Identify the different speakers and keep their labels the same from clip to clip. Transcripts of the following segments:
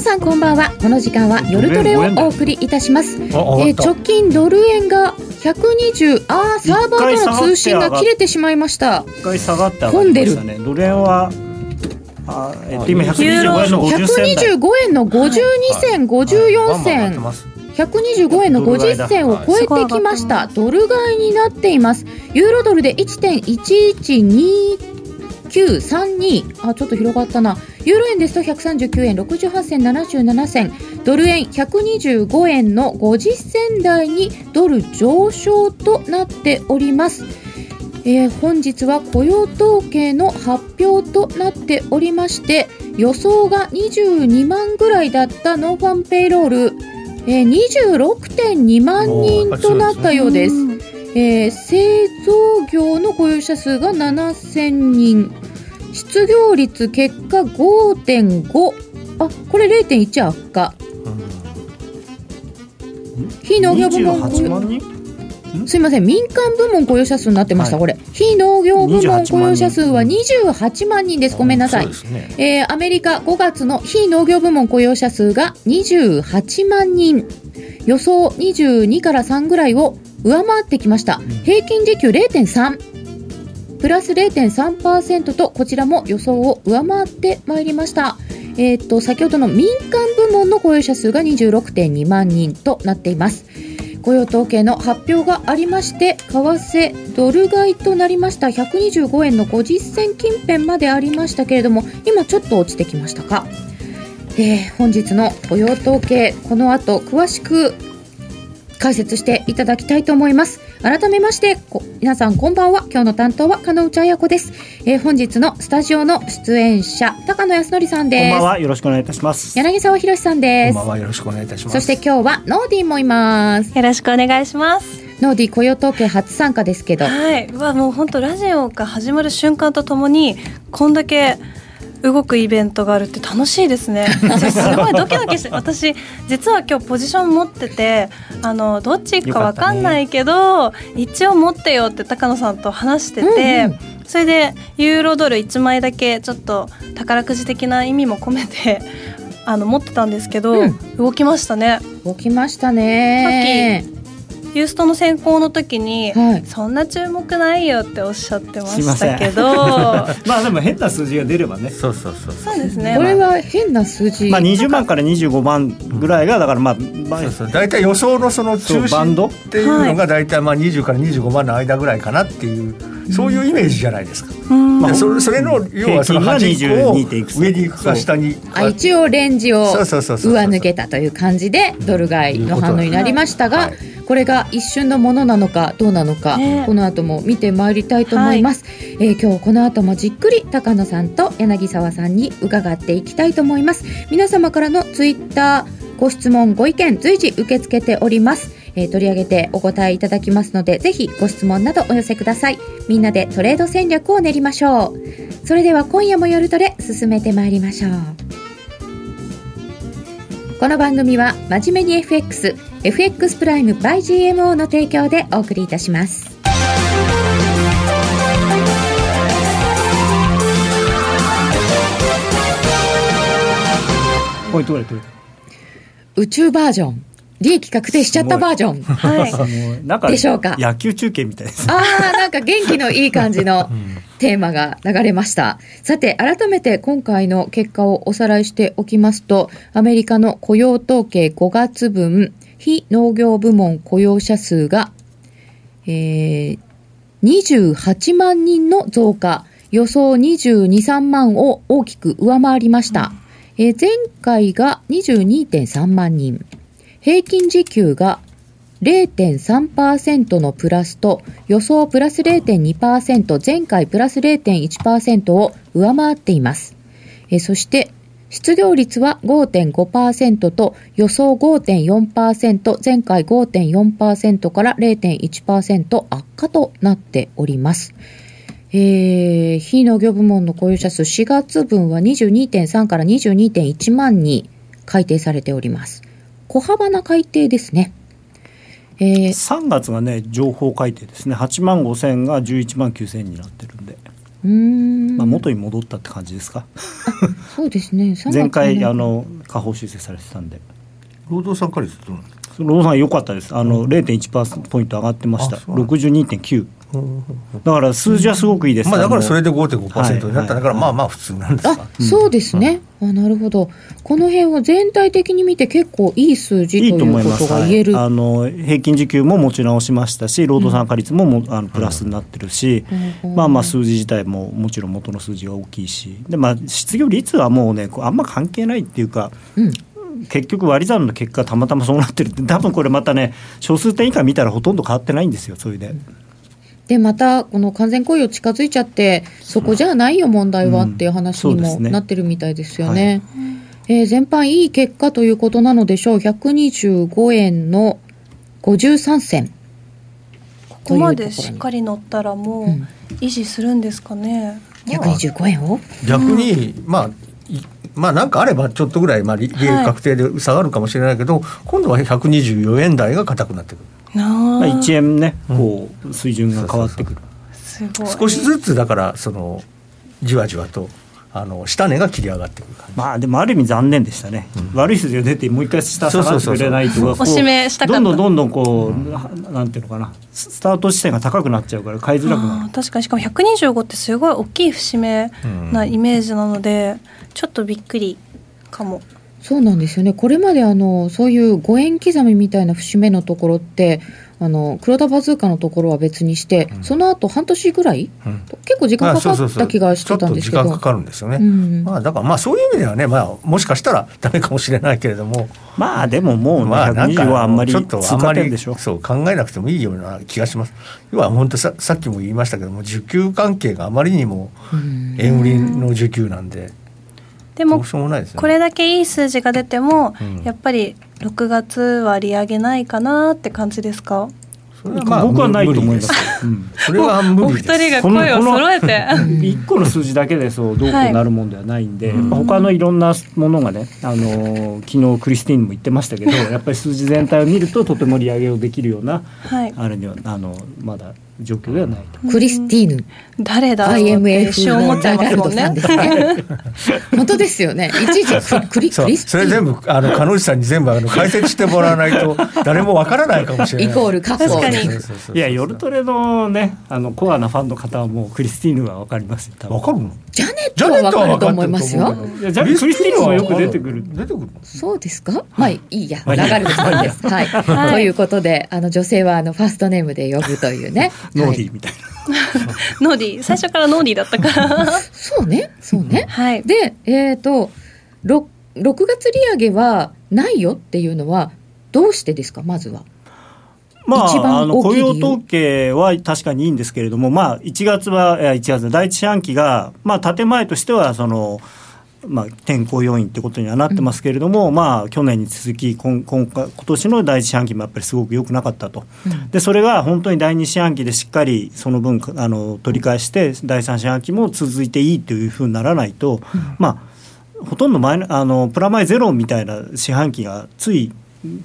Speaker 1: さんこんばんはこの時間は夜トレをお送りいたします、え
Speaker 2: あ、上
Speaker 1: ー、
Speaker 2: がっ
Speaker 1: 直近ドル円が120あーサーバーとの通信が切れてしまいました
Speaker 2: た。一回下がって上がりましたね。ドル円は、あえっと、今125円の50銭台。
Speaker 1: 125円の52銭、54
Speaker 3: はいバンバ
Speaker 1: 銭、
Speaker 3: ン上がってます
Speaker 1: 125円の50銭を超えてきましたドル買いになっていますユーロドルで1.112932あちょっと広がったなユーロ円ですと139円68銭77銭ドル円125円の50銭台にドル上昇となっておりますえー本日は雇用統計の発表となっておりまして予想が22万ぐらいだったノンファンペイロール、えー、26.2万人となったようです
Speaker 4: うん
Speaker 1: えー製造業の雇用者数が7000人失業率結果5.5あこれ0.1悪化非農業部門雇
Speaker 2: 28
Speaker 1: 用
Speaker 2: 万人
Speaker 1: すいません民間部門雇用者数になってました、
Speaker 2: はい
Speaker 1: これ非農業部門
Speaker 2: 28
Speaker 1: 雇
Speaker 2: 万
Speaker 1: 用
Speaker 2: 人
Speaker 1: 者数は28万人ですごめんなさい
Speaker 3: そうですね
Speaker 1: えーアメリカ5月の非農業部門雇用者数が28万人予想22から3ぐらいを上回ってきました平均時給0.3プラス0.3%とこちらも予想を上回ってまいりましたえーっと先ほどの民間部門の雇用者数が26.2万人となっています雇用統計の発表がありまして為替ドル買いとなりました125円の50銭近辺までありましたけれども今ちょっと落ちてきましたか、えー本日の雇用統計この後詳しく解説していただきたいと思います改めましてこ皆さんこんばんは今日の担当は加納内彩子です、えー本日のスタジオの出演者高野康則さん
Speaker 2: こん
Speaker 1: で
Speaker 2: ばん
Speaker 1: す
Speaker 2: は。よろしくお願いいたします。
Speaker 1: 柳沢博さん
Speaker 3: こ
Speaker 1: で
Speaker 3: ん
Speaker 1: す
Speaker 3: ばんはよろしくお願いいたします
Speaker 1: そして今日はノーディーもいます
Speaker 4: よろしくお願いします。
Speaker 1: ノーディー雇用統計初参加ですけど
Speaker 4: はい、うわもう本当ラジオが始まる瞬間とともにこんだけ動くイベントがあるって楽しいで すね。すごいドキドキして、私実は今日ポジション持ってて、あのどっち行くかわかんないけど、一応持ってよって高野さんと話してて。
Speaker 1: うん
Speaker 4: それでユーロドル1枚だけちょっと宝くじ的な意味も込めてあの持ってたんですけど、
Speaker 1: うん
Speaker 4: 動きましたね
Speaker 1: 動きましたね
Speaker 4: ユーストの選考の時に、
Speaker 1: はい
Speaker 4: そんな注目ないよっておっしゃってましたけど、
Speaker 2: まあでも変な数字が出ればね。
Speaker 3: そうそうそうそ
Speaker 4: そうですね。
Speaker 1: これは変な数字、
Speaker 2: まあ20万から25万ぐらいが、だからまあ、まあ
Speaker 3: うそう大体予想のその中
Speaker 2: そうバンド
Speaker 3: 心っていうのが大体まあ20から25万の間ぐらいかなっていうそういうイメージじゃないですか、
Speaker 4: うん
Speaker 3: でそれそれの要はその
Speaker 2: 平
Speaker 3: 端
Speaker 2: 均
Speaker 3: っ
Speaker 2: が
Speaker 3: こを
Speaker 2: 22いくつ
Speaker 3: 上に行くか下に行く
Speaker 1: あ
Speaker 3: か
Speaker 1: 一応レンジを
Speaker 3: そう
Speaker 1: 上
Speaker 3: そうそうそうそう
Speaker 1: 抜けたという感じでドル買いの反応になりました
Speaker 3: は
Speaker 1: が
Speaker 3: い
Speaker 1: これが一瞬のものなのかどうなのか、
Speaker 4: ね
Speaker 1: この後も見てまいりたいと思います、えー今日この後もじっくり高野さんと柳沢さんに伺っていきたいと思います皆様からのツイッターご質問ご意見随時受け付けております、えー取り上げてお答えいただきますのでぜひご質問などお寄せくださいみんなでトレード戦略を練りましょうそれでは今夜も夜トレ進めてまいりましょうこの番組は真面目に FX FX プライム by GMO の提供でお送りいたします
Speaker 2: こういうところで取れ
Speaker 1: 宇宙バージョン利益確定しちゃったバージョン
Speaker 4: はい。
Speaker 2: た。もうなんか
Speaker 1: でしょうか
Speaker 2: 野球中継みたいです。
Speaker 1: あーなんか元気のいい感じのテーマが流れましたさて改めて今回の結果をおさらいしておきますとアメリカの雇用統計5月分非農業部門雇用者数が、えー28万人の増加予想22、3万を大きく上回りました、えー前回が22.3万人平均時給が0.3%のプラスと予想プラス0.2%前回プラス0.1%を上回っていますえーそして失業率は5.5%と予想5.4%前回5.4%から0.1%悪化となっておりますえー非農業部門の雇用者数4月分は22.3から22.1万に改定されております小幅な改定ですねえー
Speaker 2: 3月がね、情報改定ですね。8万5千が11万9千になってるんで、
Speaker 1: うーん
Speaker 2: まあ元に戻ったって感じですか。
Speaker 1: そうですね。3月
Speaker 2: 前回
Speaker 1: ね
Speaker 2: あの下方修正されてたんで
Speaker 3: 労働参加率どうなんですか
Speaker 2: ローさん良かったですあの、0.1%ポイント上がってました
Speaker 3: あそうなんだ
Speaker 2: 62.9だから数字はすごくいいです、
Speaker 3: まあだからそれ
Speaker 2: で
Speaker 3: で5.5%になったんだか
Speaker 2: はい
Speaker 3: らまあまあ普通なんです
Speaker 1: あ
Speaker 3: が、
Speaker 1: そうですね。あ、なるほど。この辺を全体的に見て結構いい数字と
Speaker 2: い
Speaker 1: いう
Speaker 2: いと思いま
Speaker 1: こ
Speaker 2: す
Speaker 1: とが言える。
Speaker 2: はいあの平均時給も持ち直しましたし労働参加率もも、あのプラスになってるし、
Speaker 1: うん
Speaker 2: まあまあ数字自体ももちろん元の数字が大きいしで、まあ、失業率はもうねこうあんま関係ないっていうか
Speaker 1: うん。
Speaker 2: 結局割り算の結果たまたまそうなってるって 多分これまたね小数点以下見たらほとんど変わってないんですよそれで。
Speaker 1: で、また、この完全雇用近づいちゃって、そこじゃないよ問題はっていう話に
Speaker 2: うんそうで
Speaker 1: も
Speaker 2: すね
Speaker 1: なってるみたいですよね。えー全般いい結果ということなのでしょう。125円の53銭。
Speaker 4: ここまでしっかり乗ったらも
Speaker 1: うん
Speaker 4: う維持するんですかね。
Speaker 1: 125円を
Speaker 3: 逆にまあいまあなんかあればちょっとぐらいまあ利利益確定で下がるかもしれないけど、今度は124円台が硬くなってくる
Speaker 2: ま
Speaker 4: な
Speaker 2: あ、
Speaker 4: あ、
Speaker 2: 1円ね、こう水準が変わってくる。
Speaker 4: すご
Speaker 3: 少
Speaker 4: い。
Speaker 3: しずつだからそのじわじわとあの下値が切り上がってくる感じ
Speaker 2: まあでもある意味残念でしたね。悪い数字が出てもう一回下下がってくれないと
Speaker 3: そうそうそうそう
Speaker 2: こう
Speaker 4: おしめしたかっ
Speaker 2: ど
Speaker 4: た
Speaker 2: んどんどんどんこう、ななんていうのかなススタート地点が高くなっちゃうから買いづらくな
Speaker 4: あ
Speaker 2: る。
Speaker 4: ー確かにしかも125ってすごい大きい節目なイメージなので、ちょっとびっくりかも。
Speaker 1: そうなんですよね。これまであのそういう五円刻みみたいな節目のところって、あの黒田バズーカのところは別にして、
Speaker 3: うん
Speaker 1: その後半年ぐらい、
Speaker 3: うん
Speaker 1: 結構時間か
Speaker 3: そ
Speaker 1: か
Speaker 3: うそう
Speaker 1: っ
Speaker 3: そ
Speaker 1: た
Speaker 3: う
Speaker 1: 気がしてたんですけ
Speaker 3: ちょっと時間
Speaker 1: ど
Speaker 3: か。かるんですよね、
Speaker 1: うん
Speaker 3: まあだからまあそういう意味ではね、まあもしかしたらダメかもしれないけれども、
Speaker 2: まあでももうね、
Speaker 3: まあなん
Speaker 2: 120
Speaker 3: か
Speaker 2: はあんまり
Speaker 3: ちょっとあ
Speaker 2: 通
Speaker 3: んま
Speaker 2: 過点で
Speaker 3: り
Speaker 2: しょ。
Speaker 3: そう考えなくてもいいような気がします。要は本当ささっきも言いましたけども、受給関係があまりにも
Speaker 1: うん
Speaker 3: 円売りの受給なんで、
Speaker 4: で
Speaker 3: ど
Speaker 4: も
Speaker 3: うしようもないですよ
Speaker 4: こ
Speaker 3: ね。
Speaker 4: れだけいい数字が出ても、
Speaker 3: うん
Speaker 4: やっぱり6月は利上げないかなって感じですか
Speaker 3: それはまあ
Speaker 2: 僕はないと思いま
Speaker 3: 無理
Speaker 2: す
Speaker 3: です。
Speaker 2: うん
Speaker 3: それは無理です。
Speaker 4: お二人が声を揃えて
Speaker 2: このこの一個の数字だけでそうどうこうなるもんではないんで、
Speaker 3: はい
Speaker 2: やっぱ他のいろんなものがね、あのー昨日クリスティーンも言ってましたけど、やっぱり数字全体を見るととても利上げをできるような
Speaker 4: はい
Speaker 2: あれにはあのまだ状況ではないと。
Speaker 1: クリスティーヌ、
Speaker 4: 誰だ
Speaker 1: IMF
Speaker 4: を持
Speaker 1: の
Speaker 4: っち
Speaker 1: ザ
Speaker 4: ゃいま
Speaker 1: ガ
Speaker 4: す
Speaker 1: ル
Speaker 4: も
Speaker 1: ド
Speaker 4: ん
Speaker 1: さん
Speaker 4: ね
Speaker 1: ですね。 本当ですよね。いちいち ククリ
Speaker 3: そ
Speaker 1: ク
Speaker 3: う
Speaker 1: リス
Speaker 3: そ
Speaker 1: ティ
Speaker 3: れ
Speaker 1: ー
Speaker 3: 全
Speaker 1: ヌ
Speaker 3: 部あの加納氏さんに全部あの解説してもらわない と誰もわからないかもしれない。
Speaker 1: イコール過去
Speaker 3: そうそうそう
Speaker 4: 確
Speaker 3: そうそう
Speaker 2: いや夜トレのねあのコアなファンの方はもうクリスティーヌはわかりますよ。多分
Speaker 3: わかるの？
Speaker 1: ジャネットはわかると思います
Speaker 3: ジャネッ
Speaker 1: よ
Speaker 3: トは分かってると思うけど。
Speaker 2: いやジャネクリスティーヌもよく出てくる。
Speaker 3: 出てくる。
Speaker 1: そうですか。まあいいや、
Speaker 2: まあ
Speaker 1: 流
Speaker 2: いいや
Speaker 1: れるさんです。はい。ということで、あの女性はあのファーストネームで呼ぶというね。
Speaker 2: ノー
Speaker 1: はい
Speaker 2: ディーみたいな。
Speaker 4: ノーディー最初からノーディーだったから
Speaker 1: そうね、そうね。
Speaker 4: はい
Speaker 1: で、えっ、と、ろ 6, 月利上げはないよっていうのは、どうしてですか、まずは。
Speaker 2: ま
Speaker 1: 一番
Speaker 2: あ、あの
Speaker 1: 大きい
Speaker 2: 雇
Speaker 1: 理由
Speaker 2: 用統計は確かにいいんですけれども、まあ、1月は、えー1月の第一四半期が、まあ、建前としてはその、まあ、天候要因ってことにはなってますけれども、まあ、去年に続き、今今回今年の第一四半期もやっぱりすごく良くなかったと、でそれが本当に第二四半期でしっかりその分あの取り返して、第三四半期も続いていいというふうにならないと、まあ、ほとんどマイナあのプラマイゼロみたいな四半期がつい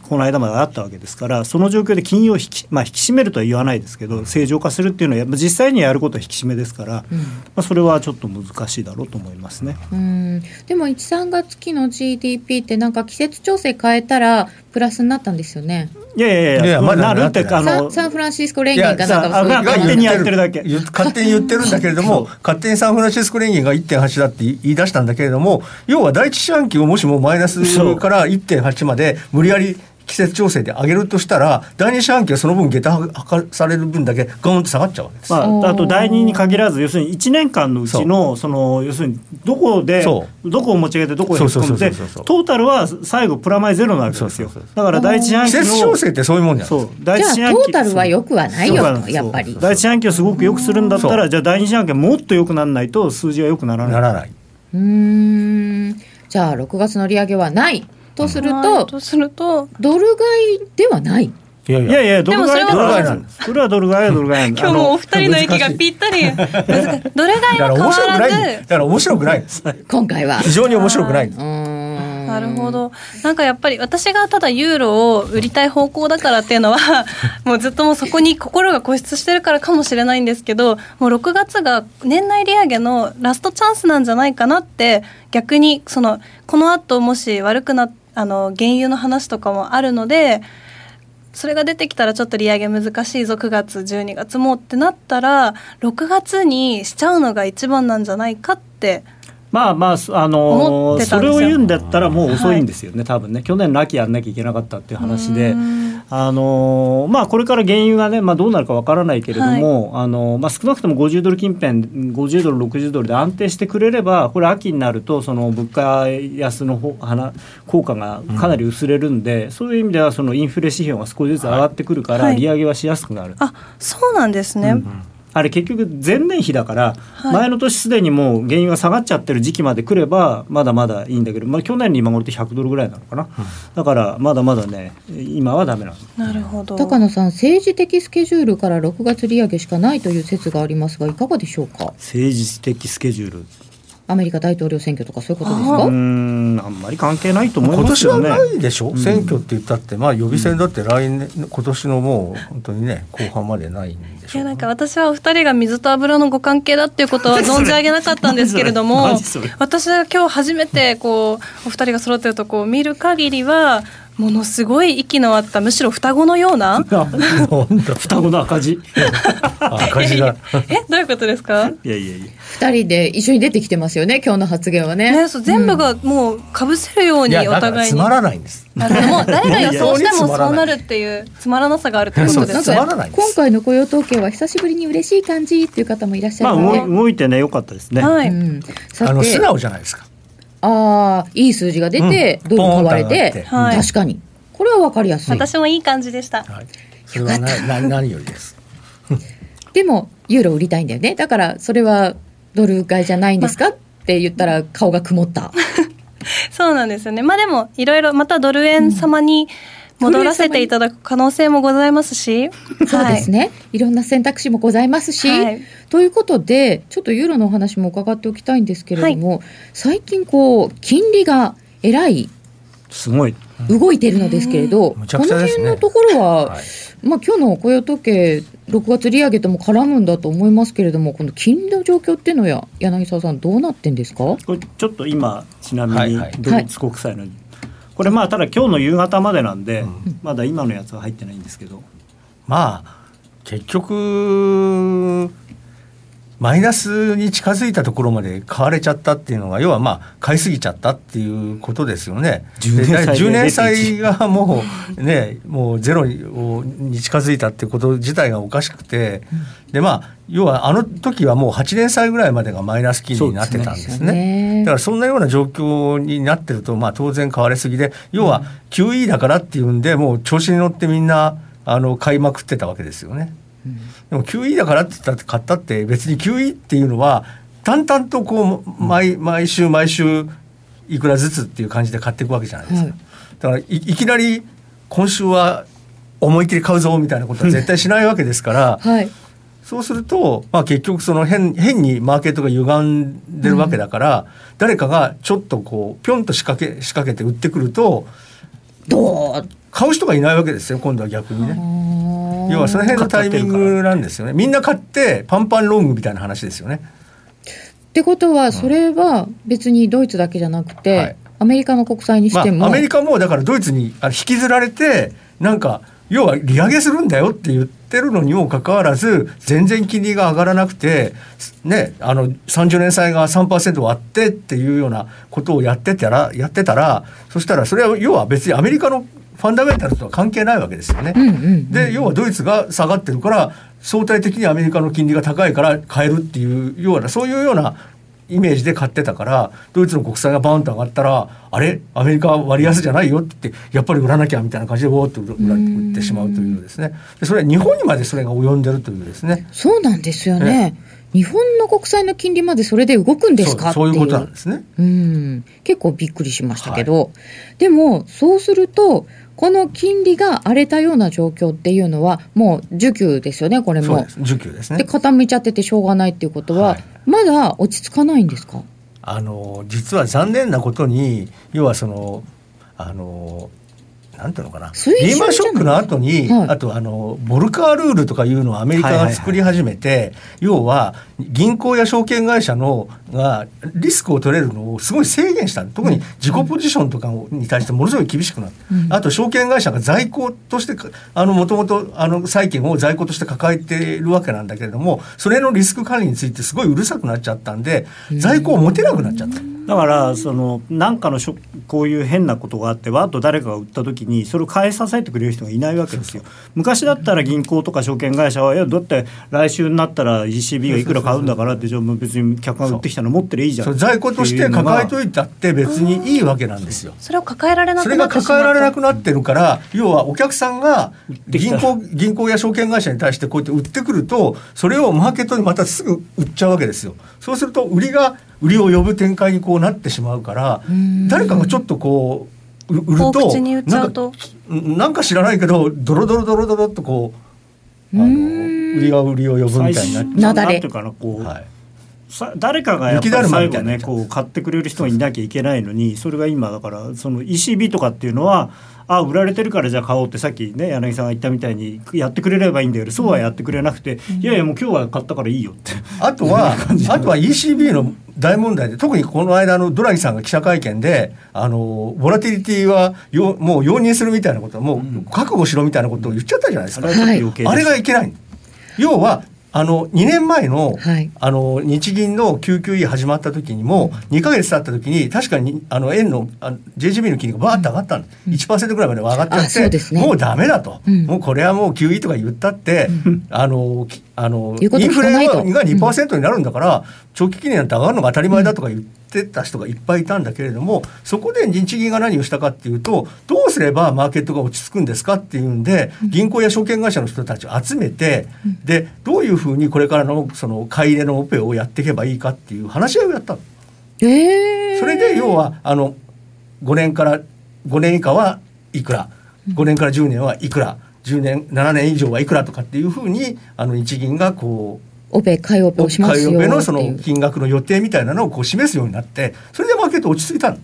Speaker 2: この間まであったわけですから、その状況で金融を引き,、まあ、引き締めるとは言わないですけど、正常化するっていうのは、やっぱ実際にやることは引き締めですから、まあ、それはちょっと難しいだろうと思いますね。
Speaker 1: うん、でも1、3月期の GDP って、なんか季節調整変えたら、プラスになったんですよね。
Speaker 2: いやいやいや、
Speaker 3: いやま
Speaker 2: な
Speaker 3: だ
Speaker 2: るって
Speaker 3: な
Speaker 2: か、あ
Speaker 1: サ
Speaker 2: の
Speaker 1: ンサンフランシスコ連銀かなんか
Speaker 2: いや
Speaker 1: は
Speaker 2: さ
Speaker 1: そういう
Speaker 2: あ勝手にやってるだけ
Speaker 3: 言っ勝手に言ってるんだけ れども、勝手にサンフランシスコ連銀が1.8だって言い出したんだけれども、要は第一四半期をもしもマイナスから1.8まで無理やり季節調整で上げるとしたら、第二四半期はその分下駄はかされる分だけガーンと下がっちゃうわけです。
Speaker 2: ま
Speaker 1: おー
Speaker 2: あ、あと第2に限らず要するに1年間のうちのその要するにどこで
Speaker 3: そ
Speaker 2: どこを持ち上げてどこへ突っ込んで
Speaker 3: そうそうそうそうそう
Speaker 2: トータルは最後プラマイゼロなわけですよ
Speaker 3: そうそうそう
Speaker 2: だから第一四半
Speaker 3: 季
Speaker 2: 期の
Speaker 3: 節調整ってそういうもんじゃ
Speaker 2: そ
Speaker 3: な
Speaker 2: う
Speaker 3: い
Speaker 2: 第一四
Speaker 1: じゃあ、
Speaker 2: 半
Speaker 1: ト
Speaker 2: 期
Speaker 1: ータルは良くはないよ
Speaker 2: そう
Speaker 1: と、やっぱり
Speaker 2: そう。第一四半期をすごく良くするんだった
Speaker 3: そ
Speaker 2: らじゃあ第二四半期はもっと良くならないと数字は良くなら
Speaker 3: な
Speaker 2: ない
Speaker 3: らない。
Speaker 1: うん、じゃあ、6月の利上げはないとする
Speaker 4: はい
Speaker 1: と、
Speaker 4: とすると
Speaker 1: ドル買いではない。
Speaker 3: いやい
Speaker 2: いやいやド
Speaker 4: で
Speaker 2: ル
Speaker 4: もそ
Speaker 2: 買
Speaker 4: れ
Speaker 2: い
Speaker 4: は
Speaker 2: ドル買いな
Speaker 3: ドル買いなん
Speaker 2: んですそれはドル買いはドル買いなんで
Speaker 4: 今日もお
Speaker 2: あ
Speaker 4: 二人の息がぴったり難しいどれぐらい
Speaker 3: だから
Speaker 4: は変
Speaker 3: 面白く
Speaker 4: わ
Speaker 3: ない。
Speaker 4: ら
Speaker 3: だ
Speaker 4: ず
Speaker 3: から面白くない。
Speaker 1: 今回は。。
Speaker 3: 非常に面白くないう
Speaker 1: ーん
Speaker 4: なるほどなんかやっぱり私がただユーロを売りたい方向だからっていうのはもうずっともうそこに心が固執してるからかもしれないんですけどもう6月が年内利上げのラストチャンスなんじゃないかなって逆にそのこの後もし悪くなあの原油の話とかもあるのでそれが出てきたらちょっと利上げ難しいぞ9月12月もってなったら6月にしちゃうのが一番なんじゃないかって
Speaker 2: まあまあ、あ
Speaker 4: 思
Speaker 2: の
Speaker 4: って
Speaker 2: そ
Speaker 4: たんで
Speaker 2: れ
Speaker 4: すよ
Speaker 2: を言うんだったらもう遅いんですよね、多分ね去年の秋やんなきゃいけなかったっていう話で
Speaker 4: うん
Speaker 2: あの、まあ、これから原油が、ねまあ、どうなるかわからないけれども、あのまあ、少なくとも50ドル近辺50ドル60ドルで安定してくれればこれ秋になるとその物価安の方花効果がかなり薄れるんで、そういう意味ではそのインフレ指標が少しずつ上がってくるから、
Speaker 4: はい
Speaker 2: 利上げはしやすくなる。
Speaker 4: あそうなんですね、
Speaker 2: あれ結局前年比だから、
Speaker 4: はい
Speaker 2: 前の年すでにもう原油が下がっちゃってる時期まで来ればまだまだいいんだけど、まあ、去年に今頃って100ドルぐらいなのかな、だからまだまだね今はダメなの
Speaker 4: なるほど
Speaker 1: 高野さん政治的スケジュールから6月利上げしかないという説がありますがいかがでしょうか
Speaker 2: 政治的スケジュール
Speaker 1: アメリカ大統領選挙とかそういうことです
Speaker 2: う
Speaker 1: か
Speaker 2: ーんあんまり関係ないと思い
Speaker 3: 今
Speaker 2: ます
Speaker 3: 年
Speaker 2: よ
Speaker 3: は
Speaker 2: ね
Speaker 3: ないでしょ、
Speaker 2: うん
Speaker 3: 選挙って言ったって、まあ、予備選だって来年、今年のもう本当にね後半までないんでし
Speaker 4: い
Speaker 3: ょ
Speaker 4: やなんか私はお二人が水と油のご関係だっていうことは
Speaker 2: 何それ
Speaker 4: 存じ上げなかったんですけれども
Speaker 2: 何それ何それ
Speaker 4: 私は今日初めてこうお二人が揃ってるとこを見る限りはものすごい息の合ったむしろ双子のような
Speaker 3: なんだ
Speaker 2: 双子の赤字
Speaker 3: 赤字が
Speaker 4: えどういうことですか
Speaker 2: いやいやいや
Speaker 1: 二人で一緒に出てきてますよね今日の発言はね
Speaker 4: ね、そう全部がもうかぶせるよう
Speaker 3: い
Speaker 4: に
Speaker 3: や
Speaker 4: お
Speaker 3: だから
Speaker 4: 互い
Speaker 3: つ
Speaker 4: に。
Speaker 3: ま
Speaker 4: あ
Speaker 3: らないんです
Speaker 4: でも誰が予想してもそうなるっていうつまらなさがあるってことで
Speaker 1: なん
Speaker 4: す
Speaker 3: つ
Speaker 1: か
Speaker 3: まらないです
Speaker 1: 今回の雇用統計は久しぶりに嬉しい感じっていう方もいらっしゃ
Speaker 2: まあ
Speaker 1: るので、
Speaker 2: 動い動いてね良かったですね、
Speaker 4: はい、
Speaker 1: うん、
Speaker 3: あ
Speaker 1: さ
Speaker 3: の
Speaker 1: て
Speaker 3: 素直じゃないですか
Speaker 1: ああいい数字が出て、
Speaker 3: う
Speaker 1: ド
Speaker 3: ん
Speaker 1: ル買われ
Speaker 3: ポー
Speaker 1: て
Speaker 3: ンと上がって
Speaker 4: はい
Speaker 1: 確かにこれは分かりやすい、
Speaker 4: 私もいい感じでした。
Speaker 3: はいそれはな何何よりです
Speaker 1: でもユーロ売りたいんだよねだからそれはドル買いじゃないんですか、って言ったら顔が曇った
Speaker 4: そうなんですよね。まあでもいろいろまたドル円様に戻らせていただく可能性もございますし、
Speaker 1: そうですね、い、ろんな選択肢もございますし、
Speaker 4: はい
Speaker 1: ということでちょっとユーロのお話も伺っておきたいんですけれども、最近こう金利がえらい
Speaker 2: すごい
Speaker 1: 動いてるのですけれど、
Speaker 3: うんむちゃ
Speaker 1: こ
Speaker 3: くち
Speaker 1: の
Speaker 3: ゃです
Speaker 1: 辺
Speaker 3: ね
Speaker 1: のところは、
Speaker 3: はい
Speaker 1: まあ今日の雇用統計6月利上げとも絡むんだと思いますけれどもこの金利の状況っていうのは柳沢さんどうなってんですか
Speaker 2: これちょっと今ちなみ
Speaker 3: はい
Speaker 2: に
Speaker 3: はい
Speaker 2: ドイツ国債の、これまあただ今日の夕方までなんで、
Speaker 3: うん
Speaker 2: まだ今のやつは入ってないんですけど
Speaker 3: まあ結局マイナスに近づいたところまで買われちゃったっていうのが要はまあ買いすぎちゃったっていうことですよね。
Speaker 2: 10年債
Speaker 3: 10年債がもうねもうゼロにをに近づいたってこと自体がおかしくてでまあ要はあの時はもう8年債ぐらいまでがマイナス金利になってたんですね。
Speaker 1: ね
Speaker 3: だからそんなような状況になってると、まあ、当然買われすぎで要は QE だからっていうんでもう調子に乗ってみんなあの買いまくってたわけですよね。でも QE だからって言ったって買ったって別に QE っていうのは淡々とこう毎毎週毎週いくらずつっていう感じで買っていくわけじゃないですか。
Speaker 1: はい
Speaker 3: だからいいきなり今週は思いっきり買うぞみたいなことは絶対しないわけです から、
Speaker 1: はい
Speaker 3: そうすると、まあ、結局その変変にマーケットが歪んでるわけだから、誰かがちょっとこうピョンと仕掛け仕掛けて売ってくると
Speaker 1: どう
Speaker 3: 買う人がいないわけですよ今度は逆にね。要はその辺のタイミングなんですよね。みんな買ってパンパンロングみたいな話ですよね。
Speaker 1: ってことはそれは別にドイツだけじゃなくて、
Speaker 3: はい
Speaker 1: アメリカの国債にし
Speaker 3: ま
Speaker 1: ても、
Speaker 3: あ、アメリカもだからドイツにあの引きずられてなんか要は利上げするんだよって言ってるのにもかかわらず全然金利が上がらなくて、ね、あの30年債が3%割ってっていうようなことをやってたらやってたらそしたらそれは要は別にアメリカのファンダメンタルとは関係ないわけですよね。
Speaker 1: うんうんうん
Speaker 3: で要はドイツが下がってるから相対的にアメリカの金利が高いから買えるっていうようなそういうようなイメージで買ってたからドイツの国債がバーンと上がったらあれアメリカは割安じゃないよって言ってやっぱり売らなきゃみたいな感じでウォーっと売ら売ってしまうというですねでそれは日本にまでそれが及んでるというですね
Speaker 1: そうなんですよね、日本の国債の金利までそれで動くんですかってい
Speaker 3: そう
Speaker 1: う
Speaker 3: そういうことなんですね。
Speaker 1: うん、結構びっくりしましたけど、でもそうするとこの金利が荒れたような状況っていうのはもう需給ですよねこれ
Speaker 3: そう
Speaker 1: も
Speaker 3: で。す需給です
Speaker 1: で
Speaker 3: ね
Speaker 1: 傾いちゃっててしょうがないっていうことは、
Speaker 3: はい
Speaker 1: まだ落ち着かないんですか
Speaker 3: あの実は残念なことに要はそのあのなんていうのかな
Speaker 1: 水準
Speaker 3: リーマンショックの後に、
Speaker 1: じゃないはい
Speaker 3: あとあのボルカールールとかいうのをアメリカが作り始めて、要は銀行や証券会社のがリスクを取れるのをすごい制限したの特に自己ポジションとかをに対してものすごい厳しくなった、
Speaker 1: うん
Speaker 3: あと証券会社が在庫としてかあのもともとあの債券を在庫として抱えているわけなんだけれどもそれのリスク管理についてすごいうるさくなっちゃったんで在庫を持てなくなっちゃった。
Speaker 2: だからそのなんかのしょこういう変なことがあってわーっと誰かが売った時にそれを買い支えてくれる人がいないわけですよ昔だったら銀行とか証券会社はいやだって来週になったら ECB がいくら買うんだからってじゃあもう別に客が売ってきたの持ってりゃいいじゃ
Speaker 3: そうん在庫として抱えといたって別にいいわけなんですよ。
Speaker 4: それを抱えられな
Speaker 3: そ
Speaker 4: く
Speaker 3: れ
Speaker 4: な
Speaker 3: が
Speaker 4: ってし
Speaker 3: 抱
Speaker 4: ま
Speaker 3: えら
Speaker 4: っ
Speaker 3: れ
Speaker 4: た
Speaker 3: なくなってるから要はお客さんが
Speaker 2: てきた
Speaker 3: 銀行銀行や証券会社に対してこうやって売ってくるとそれをマーケットにまたすぐ売っちゃうわけですよ。そうすると売りが売りを呼ぶ展開にこうなってしまうから
Speaker 1: ん
Speaker 3: 誰かがちょっとこうう売る
Speaker 4: 大
Speaker 3: と
Speaker 4: 口に言っちゃうと
Speaker 3: なんかなんか知らないけどドロドロドロドロっとこうあ
Speaker 1: う
Speaker 3: の
Speaker 1: ん
Speaker 3: 売りが売りを呼ぶみたいになっ
Speaker 1: なだれ
Speaker 2: んていうかなこう、
Speaker 3: はい
Speaker 2: さ誰かがやっぱ
Speaker 3: 雪だ
Speaker 2: り
Speaker 3: るま
Speaker 2: 最
Speaker 3: みた
Speaker 2: 後
Speaker 3: いにな
Speaker 2: ね
Speaker 3: っちゃう
Speaker 2: こう買ってくれる人がいなきゃいけないのにそれが今だからその ECB とかっていうのはあ売られてるからじゃあ買おうってさっきね柳さんが言ったみたいにやってくれればいいんだけどそうはやってくれなくて、いやいやもう今日は買ったからいいよって。
Speaker 3: あと は、あとは ECB の大問題で、特にこの間あのドラギさんが記者会見で、あのボラティリティはよもう容認するみたいなこと、もう覚悟しろみたいなことを言っちゃったじゃないです
Speaker 2: あ
Speaker 3: か。
Speaker 2: れはちょっと余計です
Speaker 3: あれがいけない。要はあの2年前の,、
Speaker 1: はい
Speaker 3: あの日銀の QQE 始まった時にも2か月経った時に確かにあの円のあの JGB の金利がバーッと上がったの、1%ぐらいまで上がっちゃ
Speaker 1: あそう
Speaker 3: っ
Speaker 1: で
Speaker 3: て
Speaker 1: すね
Speaker 3: もうダメだと、
Speaker 1: うん
Speaker 3: もうこれはもう QE とか言ったって、あのきあのイ
Speaker 1: 言うこと
Speaker 3: ン
Speaker 1: 聞
Speaker 3: フ
Speaker 1: か
Speaker 3: レ
Speaker 1: ないと
Speaker 3: が2%になるんだから、長期金利なんて上がるのが当たり前だとか言ってた人がいっぱいいたんだけれどもそこで日銀が何をしたかっていうとどうすればマーケットが落ち着くんですかっていうんで銀行や証券会社の人たちを集めてでどういうふうにこれからのその買い入れのオペをやっていけばいいかっていう話し合いをやったの
Speaker 1: ええ
Speaker 3: それで要はあの5年から5年以下はいくら5年から10年はいくら10年7年以上はいくらとかっていうふうにあの日銀がこう
Speaker 1: オペ買いオペをしますよって
Speaker 3: 買
Speaker 1: い
Speaker 3: いオペ
Speaker 1: う
Speaker 3: のその金額の予定みたいなのをこう示すようになってそれでマーケット落ち着いたの。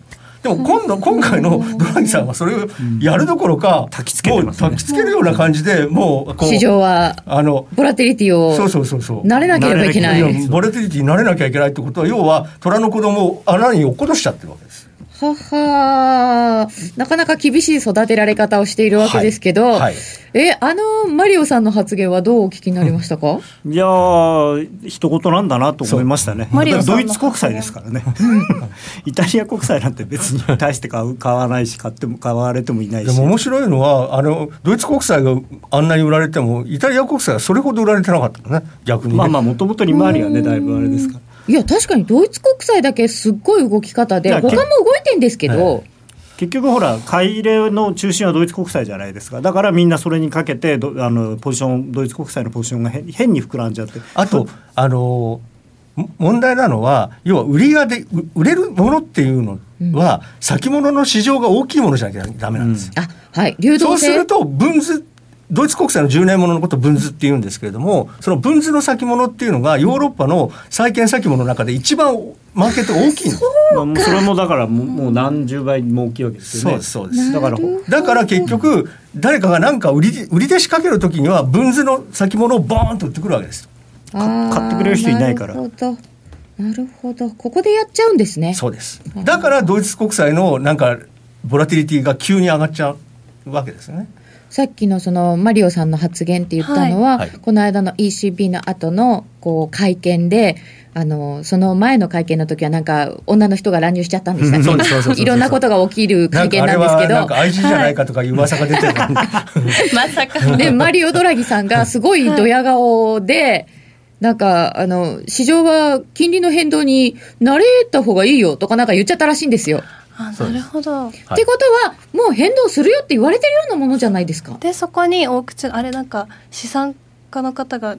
Speaker 3: でも今度今回のドラギさんはそれをやるどころか、
Speaker 2: 焚きつけて
Speaker 3: もう
Speaker 2: ますね
Speaker 3: 焚きつけるような感じでもうこう
Speaker 1: 市場は
Speaker 3: あの
Speaker 1: ボラティリティを
Speaker 3: そうそうそうそう
Speaker 1: 慣れなければいけない
Speaker 2: 慣
Speaker 1: は
Speaker 2: れなければけ
Speaker 3: やボラティリティになれなきゃいけないってことは要は虎の子供を穴に落っことしちゃってるわけです。
Speaker 1: はなかなか厳しい育てられ方をしているわけですけど、
Speaker 3: はいはい
Speaker 1: えあのマリオさんの発言はどうお聞きになりましたか、
Speaker 2: いやー一言なんだなと思いましたね
Speaker 4: マリオさんの
Speaker 2: ドイツ国債ですからね イタリア国債なんて別に大して買う買わないし買っても買われてもいない
Speaker 3: で
Speaker 2: し
Speaker 3: も面白いのはあのドイツ国債があんなに売られてもイタリア国債はそれほど売られてなかったのね逆にね、
Speaker 2: まあまあもともと利回りがねだいぶあれですから。
Speaker 1: いや確かにドイツ国債だけすっごい動き方で
Speaker 2: いや
Speaker 1: 他も
Speaker 2: け
Speaker 1: 動いてんですけど、
Speaker 2: 結局ほら買い入れの中心はドイツ国債じゃないですかだからみんなそれにかけてどあのポジションドイツ国債のポジションが変変に膨らんじゃって
Speaker 3: あ と、あのも問題なのは要は売りがでう売れるものっていうのは、先物の市場が大きいものじゃなきゃダメなんですよ。
Speaker 1: あはい流
Speaker 3: そ
Speaker 1: 動
Speaker 3: うす
Speaker 1: 性
Speaker 3: ると分図ドイツ国債の10年もののことを分図って言うんですけれどもその分図の先物っていうのがヨーロッパの債券先物の中で一番マーケットが大きいの
Speaker 2: まあもうそれもだからもうもう何十倍も大きいわけですよね
Speaker 3: そうで
Speaker 1: なる
Speaker 2: だから
Speaker 3: だから結局誰かが何か売り売りで仕掛ける時には分図の先物をボーンと売ってくるわけですよ。
Speaker 1: あー
Speaker 2: 買ってくれる人いないから
Speaker 1: なるほどなるほどここでやっちゃうんですね
Speaker 3: そうです。だからドイツ国債のなんかボラティリティが急に上がっちゃうわけですよね。
Speaker 1: さっきのそのマリオさんの発言って言ったのは、
Speaker 3: はいはい
Speaker 1: この間の ECB の後のこう会見で、あのその前の会見の時はなんか女の人が乱入しちゃったんでしたっけ
Speaker 3: そうですそうですそうです
Speaker 1: いろんなことが起きる
Speaker 3: な
Speaker 1: 会
Speaker 3: んか
Speaker 1: 見
Speaker 3: あ
Speaker 1: な
Speaker 3: れ
Speaker 1: んです
Speaker 3: は
Speaker 1: け
Speaker 3: なんか
Speaker 1: ど。
Speaker 3: 愛人じゃないかとかいう噂が出てる。
Speaker 4: まさ か
Speaker 1: でマリオ・ドラギさんがすごいドヤ顔で、なんかあの市場は金利の変動に慣れた方がいいよとかなんか言っちゃったらしいんですよ。
Speaker 4: あなるほど
Speaker 3: はい
Speaker 1: ってことは、もう変動するよって言われてるようなものじゃないですか。
Speaker 4: でそこに大口あれなんか資産家の方が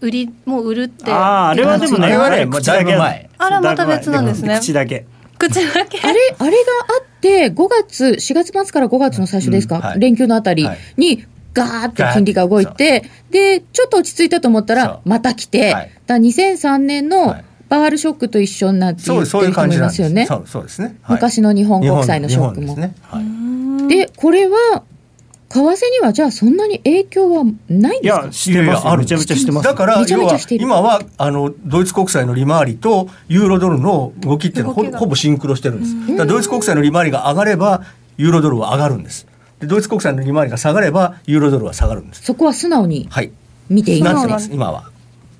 Speaker 4: 売りもう売るって
Speaker 2: ああーあれはでも
Speaker 3: あれはね
Speaker 2: 口だけ
Speaker 3: だいぶ前
Speaker 4: あれはまた別なんですね
Speaker 2: だいぶ前口だけ
Speaker 4: 口だけ
Speaker 1: あれ、あれがあって、5月、4月末から5月の最初ですか、
Speaker 3: うんはい
Speaker 1: 連休のあたりに、ガーッと金利が動いて、で、ちょっと落ち着いたと思った
Speaker 3: そ
Speaker 1: ら
Speaker 3: う、
Speaker 1: また来て、
Speaker 3: はい
Speaker 1: だから2003年の
Speaker 3: はい
Speaker 1: バールショックと一緒になってい
Speaker 3: そう
Speaker 1: っ
Speaker 3: です
Speaker 1: て
Speaker 3: そうい
Speaker 1: る
Speaker 3: う
Speaker 1: と思
Speaker 3: 感
Speaker 1: い
Speaker 3: じなん
Speaker 1: ま
Speaker 3: ですす
Speaker 1: よね。
Speaker 3: そうそうですね、はい
Speaker 1: 昔の日本国債のショックも。
Speaker 3: 日本ですねは
Speaker 4: う
Speaker 3: い
Speaker 4: ん
Speaker 1: でこれは為替にはじゃあそんなに影響はないん
Speaker 2: い
Speaker 1: です
Speaker 2: や
Speaker 1: か、
Speaker 2: してます
Speaker 3: いやいやあ
Speaker 2: よ。
Speaker 3: る
Speaker 2: めちゃめちゃしてます。
Speaker 3: だから
Speaker 1: めちゃ
Speaker 3: 要
Speaker 1: めちゃ
Speaker 3: は
Speaker 1: してる
Speaker 3: 今はあのドイツ国債の利回りとユーロドルの動きっていうのはほ
Speaker 4: 動きが
Speaker 3: ほぼシンクロしてるんです。だからドイツ国債の利回りが上がればユーロドルは上がるんです。でドイツ国債の利回りが下がればユーロドルは下がるんです。
Speaker 1: そこは素直に
Speaker 3: はい。
Speaker 1: 見ていい
Speaker 3: なっ
Speaker 1: ま
Speaker 3: て
Speaker 1: す
Speaker 3: ます今は。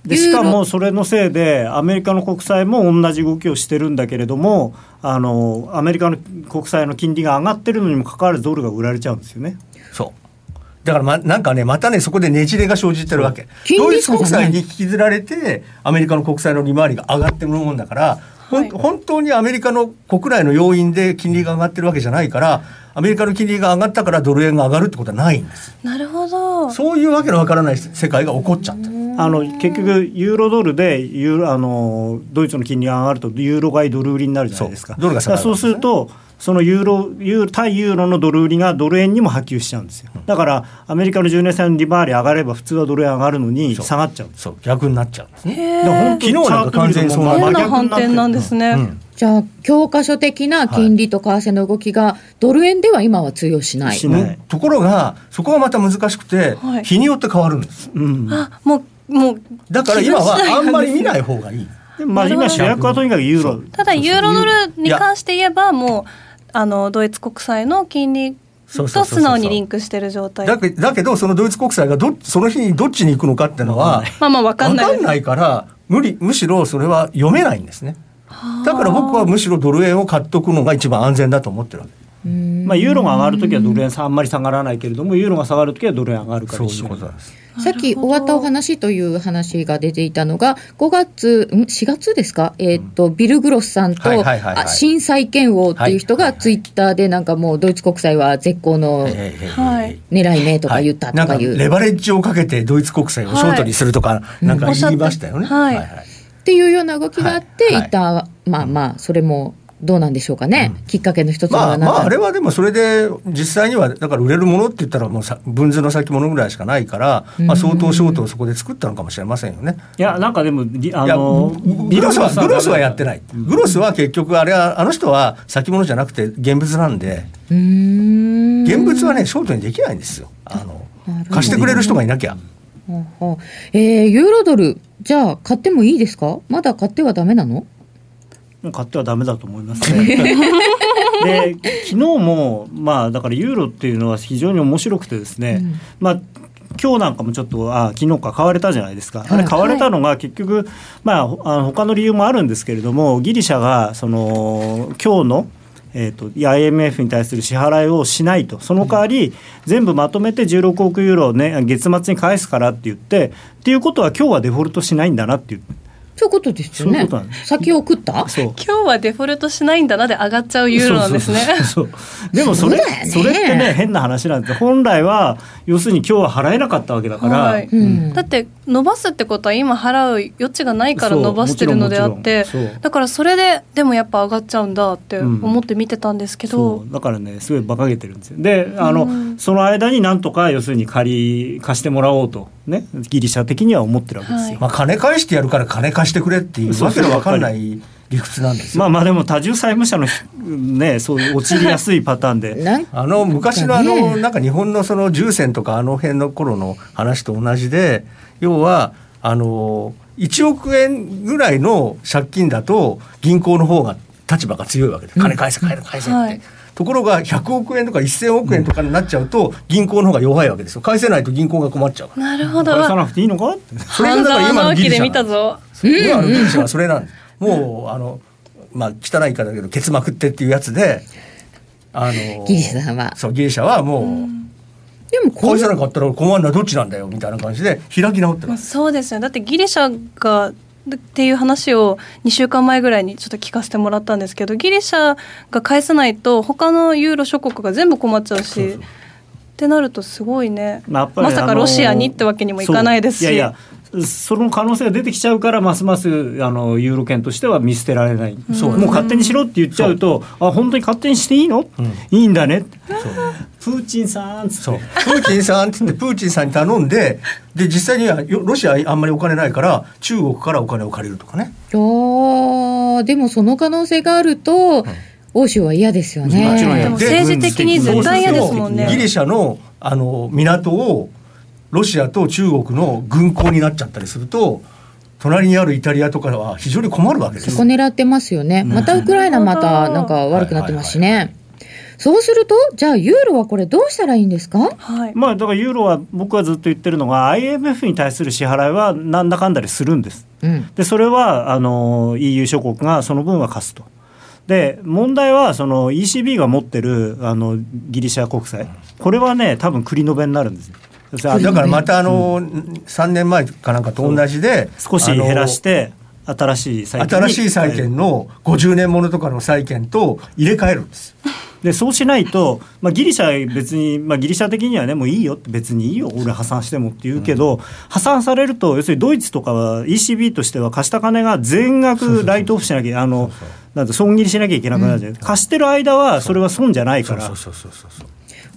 Speaker 2: で
Speaker 1: ユー
Speaker 2: し
Speaker 1: ロ
Speaker 2: かもそれのせいでアメリカの国債も同じ動きをしてるんだけれどもあのアメリカの国債の金利が上がってるのにもかかわらずドルが売られちゃうんですよね。
Speaker 3: そう。だからま、なんかね、またね、そこでねじれが生じてるわけ。
Speaker 1: 金
Speaker 3: ドイ
Speaker 1: 利
Speaker 3: ツ
Speaker 1: 差じゃない
Speaker 3: 国債に引きずられて、アメリカの国債の利回りが上がってるもんだから、ほん
Speaker 4: はい
Speaker 3: 本当にアメリカの国内の要因で金利が上がってるわけじゃないから、アメリカの金利が上がったからドル円が上がるってことはないんです。
Speaker 4: なるほど。
Speaker 3: そういうわけのわからない世界が起こっちゃった。
Speaker 2: あの結局ユーロドルでユーロあのドイツの金利が上がるとユーロ買いドル売りになるじゃないですか。
Speaker 3: そうドルが下がる
Speaker 2: だからそうするとそのユーロユーロ対ユーロのドル売りがドル円にも波及しちゃうんですよ。だからアメリカの10年債の利回り上がれば普通はドル円上がるのに
Speaker 3: そう
Speaker 2: 下がっちゃうんです。
Speaker 3: そう、逆になっちゃうんですね。
Speaker 4: へ
Speaker 2: だから本
Speaker 4: え。
Speaker 2: 当に
Speaker 3: 昨日なんか完全にそう
Speaker 2: チャート見るともう
Speaker 4: 変な
Speaker 2: 真逆
Speaker 4: 反
Speaker 2: にってる
Speaker 4: 転なんですね。
Speaker 3: うん
Speaker 1: じゃあ教科書的な金利と為替の動きがドル円では今は通用しない。
Speaker 2: しない
Speaker 3: うんところが、そこがまた難しくて、
Speaker 4: はい
Speaker 3: 日によって変わるんです。
Speaker 2: うん
Speaker 4: あ、もうもう。
Speaker 3: だから今はあんまり見ないい方がいい。
Speaker 2: でまあ、今主役はとにかくユーロ
Speaker 4: ただユーロドルに関して言えばもうあのドイツ国債の金利
Speaker 3: そう
Speaker 4: と
Speaker 3: そうそうそう
Speaker 4: 素直にリンクしてる状態。
Speaker 3: だけだけどそのドイツ国債がどその日にどっちに行くのかっていうのは
Speaker 4: まあまあわかん
Speaker 3: 分
Speaker 4: ない
Speaker 3: か
Speaker 4: です。
Speaker 3: んないから無理むしろそれは読めないんですねだから僕はむしろドル円を買っとくのが一番安全だと思ってるわけ
Speaker 1: うん
Speaker 2: まあ、ユーロが上がるときはドル円さあんまり下がらないけれどもユーロが下がるときはドル円上がるから
Speaker 3: そう
Speaker 2: 一
Speaker 3: いう
Speaker 2: 緒
Speaker 3: ことなんです
Speaker 1: さっき終
Speaker 4: なるほど
Speaker 1: わったお話という話が出ていたのが、5月、ん4月ですか、えーっと、ビル・グロスさんと、
Speaker 3: はいはいはいはい
Speaker 1: あ新債権王っていう人
Speaker 3: はい
Speaker 1: が
Speaker 3: はいはい
Speaker 1: ツイッターでなんかもうドイツ国債は絶好の
Speaker 4: はい
Speaker 1: 狙い目とか言ったとかいう、
Speaker 3: なんレバレッジをかけてドイツ国債をショートにするとか、なんか言いましたよね、
Speaker 4: うんはい
Speaker 1: っていうような動きがあって、
Speaker 3: はいはい
Speaker 1: 一旦、まあまあ、それもどうなんでしょうかね、きっかけの一つに
Speaker 3: ま
Speaker 1: は
Speaker 3: あ
Speaker 1: な
Speaker 3: ま
Speaker 1: った、
Speaker 3: ああれはでもそれで実際にはだから売れるものって言ったらもうさ分図の先物ぐらいしかないから、まあ、相当ショートをそこで作ったのかもしれませんよね。
Speaker 2: いやなんかでもりあ
Speaker 3: いや
Speaker 2: の
Speaker 3: グロスはグロスはやってないい、グロスは結局あれはあの人は先物じゃなくて現物なんで
Speaker 1: うーん
Speaker 3: 現物はねショートにできないんですよあの
Speaker 1: なるほど
Speaker 3: 貸してくれる人がいなきゃ
Speaker 1: ほうほうえーユーロドル、じゃあ買ってもいいですかまだ買ってはダメなの
Speaker 2: 買ってはダメだと思いますね で昨日もまあだからユーロっていうのは非常に面白くてですね、
Speaker 1: うん
Speaker 2: まあ今日なんかもちょっとあ昨日か買われたじゃないですか、あ
Speaker 1: はい
Speaker 2: れ買われたのが結局、まあ、ほあの他の理由もあるんですけれどもギリシャがその今日の、えー、といや IMF に対する支払いをしないとその代わり、全部まとめて16億ユーロを、ね、月末に返すからって言ってっていうことは今日はデフォルトしないんだなっていう
Speaker 1: そういうことですよね。
Speaker 2: そういうことなんで
Speaker 1: 先を食った
Speaker 2: そう
Speaker 4: 今日はデフォルトしないんだなで上がっちゃうユーロなんですね。
Speaker 2: そうそうそうそうでもそれ
Speaker 1: そうだよね
Speaker 2: それってね変な話なんですよ本来は要するに今日は払えなかったわけだから、
Speaker 4: はい
Speaker 1: うん
Speaker 4: だって伸ばすってことは今払う余地がないから
Speaker 2: そう
Speaker 4: 伸ばしてるのであっ
Speaker 2: も
Speaker 4: て
Speaker 2: ちろんもちろんそう
Speaker 4: だからそれででもやっぱ上がっちゃうんだって思って見てたんですけど、
Speaker 2: そうだからねすごい馬鹿げてるんですよであの、
Speaker 4: うん
Speaker 2: その間になんとか要するに借り貸してもらおうとねギリシャ的には思ってるわけですよ、
Speaker 3: まあ金返してやるから金貸してくれっていう
Speaker 2: そう
Speaker 3: わけ
Speaker 2: そう
Speaker 3: のわかんない理屈なんですよ、
Speaker 2: まあまあでも多重債務者のねそういう陥りやすいパターンで
Speaker 1: なん
Speaker 3: あの昔のあ
Speaker 1: なんか
Speaker 3: の
Speaker 1: ね
Speaker 3: なんか日本のその重戦とかあの辺の頃の話と同じで要はあの1億円ぐらいの借金だと銀行の方が立場が強いわけで金返せ金返せって、
Speaker 4: はい
Speaker 3: ところが100億円とか1000億円とかになっちゃうと銀行の方が弱いわけですよ返せないと銀行が困っちゃうから
Speaker 4: なるほど
Speaker 2: 返さなくていいのかって
Speaker 3: それがだ
Speaker 4: 半
Speaker 3: から
Speaker 4: 沢
Speaker 3: 今の
Speaker 4: 直
Speaker 3: ギ
Speaker 4: 樹
Speaker 3: リシ
Speaker 4: で
Speaker 3: ャ
Speaker 4: 見
Speaker 3: な
Speaker 4: た
Speaker 3: んです
Speaker 4: ぞ
Speaker 3: 今のギリシャはそれなんですもうあのまあ汚い言い方だけどケツまくってっていうやつであの
Speaker 1: ギリシャさんは
Speaker 3: そうギリシャはもう、
Speaker 1: でもこ
Speaker 3: 返
Speaker 1: う
Speaker 3: さなかったら困るのはどっちなんだよみたいな感じで開き直って
Speaker 4: ま
Speaker 3: ま
Speaker 4: あ、
Speaker 3: す。
Speaker 4: そうですよだってギリシャがっていう話を2週間前ぐらいにちょっと聞かせてもらったんですけどギリシャが返さないと他のユーロ諸国が全部困っちゃうし
Speaker 3: そうそう
Speaker 4: ってなるとすごいね、
Speaker 2: まあやっぱり
Speaker 4: まさかロシアにってわけにもいかないですし
Speaker 2: そういやいやその可能性が出てきちゃうからますますあのユーロ圏としては見捨てられない、
Speaker 3: そう
Speaker 2: もう勝手にしろって言っちゃうとあ本当に勝手にしていいの、
Speaker 3: うん
Speaker 2: いいんだね
Speaker 3: そう
Speaker 2: プーチンさんっつって
Speaker 3: そう。プーチンさんって言って、プーチンさんに頼んで、で、実際にはよロシアあんまりお金ないから、中国からお金を借りるとかね。
Speaker 1: あーでもその可能性があると、欧州は嫌ですよね。
Speaker 2: もちろん嫌
Speaker 4: でも政治的に絶対嫌ですもんね
Speaker 3: そうするとギリシャの、あの、港を、ロシアと中国の軍港になっちゃったりすると、隣にあるイタリアとかは非常に困るわけです
Speaker 1: そこ狙ってますよね。またウクライナまたなんか悪くなってますしね。そうすると、じゃあユーロはこれどうしたらいいんですか
Speaker 4: はい。
Speaker 2: まあ、だからユーロは僕はずっと言ってるのが IMF に対する支払いはなんだかんだでするんです。
Speaker 1: うん。
Speaker 2: でそれはあの EU 諸国がその分は貸すと。で問題はその ECB が持ってるあのギリシャ国債これはね多分繰り延べになるんですよ。
Speaker 3: あだからまたあの、3年前かなんかと同じで
Speaker 2: 少し
Speaker 3: あの
Speaker 2: 減らして新しい債券に
Speaker 3: 新しい債券の50年ものとかの債券と入れ替えるんです
Speaker 2: でそうしないと、まあ、ギリシャ別に、まあ、ギリシャ的にはねもういいよって別にいいよ俺破産してもって言うけど、破産されると要するにドイツとかは ECB としては貸した金が全額ライトオフしなきゃあのなんて損切りしなきゃいけなくなるじゃない、貸してる間はそれは損じゃないから。
Speaker 3: そうそうそうそう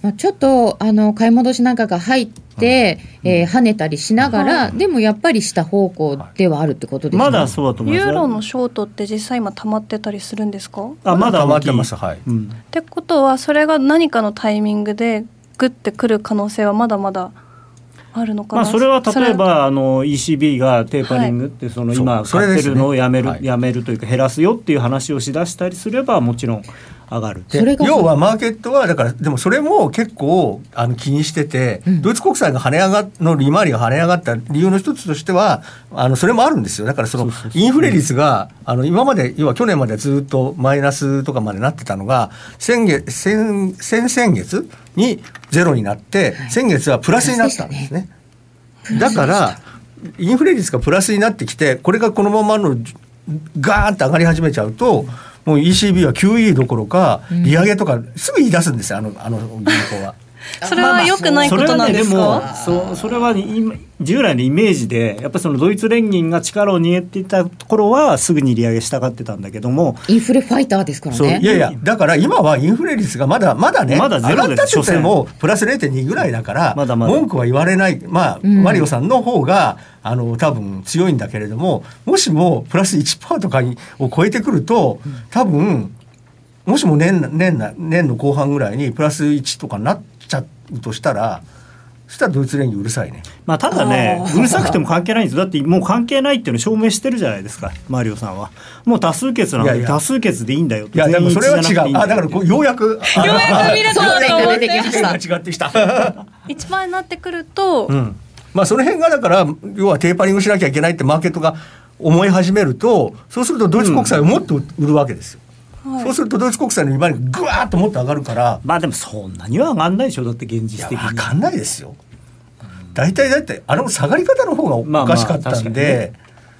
Speaker 1: まあ、ちょっと、あの、買い戻しなんかが入って、えー跳ねたりしながら、でもやっぱり下方向ではあるってことですね。
Speaker 2: まだそうだと思います
Speaker 4: ユーロのショートって実際今溜まってたりするんですか？
Speaker 2: あまだ
Speaker 3: 溜ま
Speaker 2: 大
Speaker 3: っ
Speaker 2: きい
Speaker 3: てますはい
Speaker 2: うん
Speaker 4: ってことはそれが何かのタイミングでグッてくる可能性はまだまだあるのか
Speaker 2: ま
Speaker 4: な。
Speaker 2: あ、それは例え
Speaker 4: それ
Speaker 2: ばあの ECB がテーパリングってその今
Speaker 3: そうそれ
Speaker 2: 買
Speaker 3: で
Speaker 2: って
Speaker 3: すね
Speaker 2: るのをやめる
Speaker 3: はい
Speaker 2: やめるというか減らすよっていう話をしだしたりすればもちろん上がる。
Speaker 1: それ
Speaker 3: で
Speaker 1: が
Speaker 3: 要はマーケットはだからでもそれも結構あの気にしてて、
Speaker 1: うん
Speaker 3: ドイツ国債が跳ね上がの利回りが跳ね上がった理由の一つとしてはあのそれもあるんですよだからそのインフレ率があの今まで要は去年までずっとマイナスとかまでなってたのが先月先先々月にゼロになって、先月はプラスになったんですね。だからインフレ率がプラスになってきてこれがこのままのガーンと上がり始めちゃうともう ECB は QE どころか利上げとかすぐ言い出すんですよあのあの銀行は。
Speaker 4: それは良くない
Speaker 2: そ
Speaker 4: こ
Speaker 2: れ
Speaker 4: と
Speaker 2: は
Speaker 4: なん
Speaker 2: ね
Speaker 4: です
Speaker 2: も
Speaker 4: か？
Speaker 2: そうそれは今従来のイメージでやっぱりそのドイツ連銀が力を握っていたところはすぐに利上げしたがってたんだけども
Speaker 1: インフレファイターですから
Speaker 3: そう
Speaker 1: ね。
Speaker 3: いやいやだから今はインフレ率がまだまだね
Speaker 2: まだゼロ
Speaker 3: 上が
Speaker 2: で
Speaker 3: ったって
Speaker 2: す
Speaker 3: 言ってもプラス0.2ぐらいだから
Speaker 2: まだまだ
Speaker 3: 文句は言われないまあ、
Speaker 1: うん
Speaker 3: マリオさんの方があの多分強いんだけれどももしもプラス1%とかにを超えてくると多分もしも年年内年の後半ぐらいにプラス1とかになっちゃうとしたらそしたらドイツ連銀うるさいね。
Speaker 2: まあただねうるさくても関係ないんですよだってもう関係ないっていうのを証明してるじゃないですかマリオさんはもう多数決なん
Speaker 3: いやい
Speaker 2: で
Speaker 3: や
Speaker 2: 多数決でいいんだよ
Speaker 3: いやでもそれは違
Speaker 2: 全員一致じゃなくていいん
Speaker 3: う。あだからこうようやくあの
Speaker 4: 見れ
Speaker 1: そ
Speaker 4: た
Speaker 1: う
Speaker 4: なと思っ
Speaker 1: 出
Speaker 4: て
Speaker 1: てきました。
Speaker 3: 違ってきた。
Speaker 4: 一番になってくると、
Speaker 3: うん、まあその辺がだから要はテーパリングしなきゃいけないってマーケットが思い始めるとそうするとドイツ国債をもっと売るわけですよ、
Speaker 4: はい
Speaker 3: そうするとドイツ国債の利回りがぐわーっともっと上がるか ら
Speaker 2: まあでもそんなには上がんないでしょだって現
Speaker 3: い
Speaker 2: 実
Speaker 3: や
Speaker 2: 的
Speaker 3: 分
Speaker 2: に。
Speaker 3: かんないですよ大体だってあの下がり方の方がお
Speaker 2: まあまあ
Speaker 3: かしかったんで、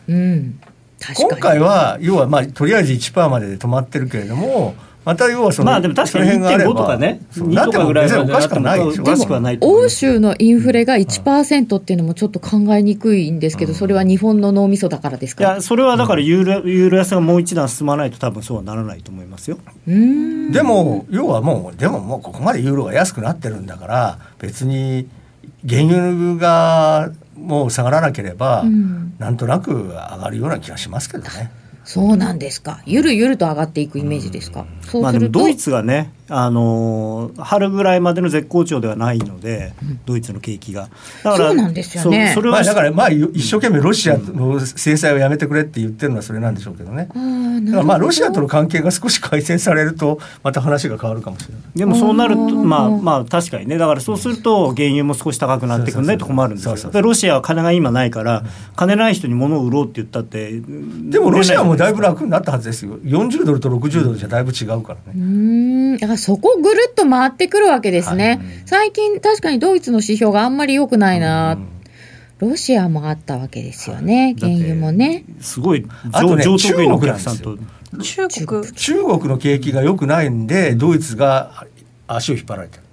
Speaker 1: うん。確かに。
Speaker 3: 今回は要はまあとりあえず1%までで止まってるけれどもまた要はその
Speaker 2: まあでも確かに
Speaker 3: その辺があれ
Speaker 2: 1.5
Speaker 3: ば
Speaker 2: とかね
Speaker 3: そうな
Speaker 2: 2
Speaker 3: っ
Speaker 2: と
Speaker 3: て
Speaker 2: か
Speaker 3: も
Speaker 2: ぐらい
Speaker 3: 別に
Speaker 2: ま
Speaker 3: お
Speaker 2: で
Speaker 3: かしくないでし
Speaker 2: お
Speaker 3: ょ
Speaker 2: かしくはないと思い
Speaker 1: 欧
Speaker 2: ます
Speaker 1: 州のインフレが1%っていうのもちょっと考えにくいんですけど、それは日本の脳みそだからです
Speaker 2: い
Speaker 1: か
Speaker 2: やそれはだからユーロユーロ安がもう一段進まないと多分そうはならないと思いますよ。
Speaker 1: うーん
Speaker 3: でも要はもうでももうここまでユーロが安くなってるんだから別に原油がもう下がらなければ、
Speaker 1: うん
Speaker 3: なんとなく上がるような気がしますけどね。
Speaker 1: そうなんですかゆるゆると上がっていくイメージですか、そ
Speaker 2: ま
Speaker 1: う
Speaker 2: あ
Speaker 1: す
Speaker 2: でも
Speaker 1: ると、
Speaker 2: ドイツがね、あのー春ぐらいまでの絶好調ではないので、ドイツの景気が。だ
Speaker 1: そうなんですよね
Speaker 2: そうそれ
Speaker 3: ま
Speaker 2: は
Speaker 3: あ、だからまあ一生懸命ロシアの制裁をやめてくれって言ってるのはそれなんでしょうけどね。
Speaker 1: あーなる
Speaker 3: だか
Speaker 1: ほ
Speaker 3: ら
Speaker 1: ど
Speaker 3: まあロシアとの関係が少し改善されるとまた話が変わるかもしれない。
Speaker 2: でもそうなると
Speaker 1: あー
Speaker 2: まあまあ確かにねだからそうすると原油も少し高くなってくんないと困るんです
Speaker 3: そうそうそ
Speaker 2: よ
Speaker 3: う
Speaker 2: でロシアは金が今ないから金ない人に物を売ろうって言ったって
Speaker 3: で
Speaker 2: で
Speaker 3: もロシアもだいぶ楽になったはずですよ。40ドルと60ドルじゃだいぶ違うから
Speaker 1: う
Speaker 3: ね。
Speaker 1: ーんだからそこぐるっと回ってくるわけですね、最近確かにドイツの指標があんまり良くないな、ロシアもあったわけですよね、
Speaker 2: だっ
Speaker 1: 原
Speaker 2: て
Speaker 1: 油もね
Speaker 2: すごい
Speaker 3: あと
Speaker 2: 上
Speaker 3: ね
Speaker 2: 上等級のお客さん
Speaker 3: 中
Speaker 2: と
Speaker 3: 国な。
Speaker 4: 中国
Speaker 3: 中国の景気が良くないんでドイツが足を引っ張られてる。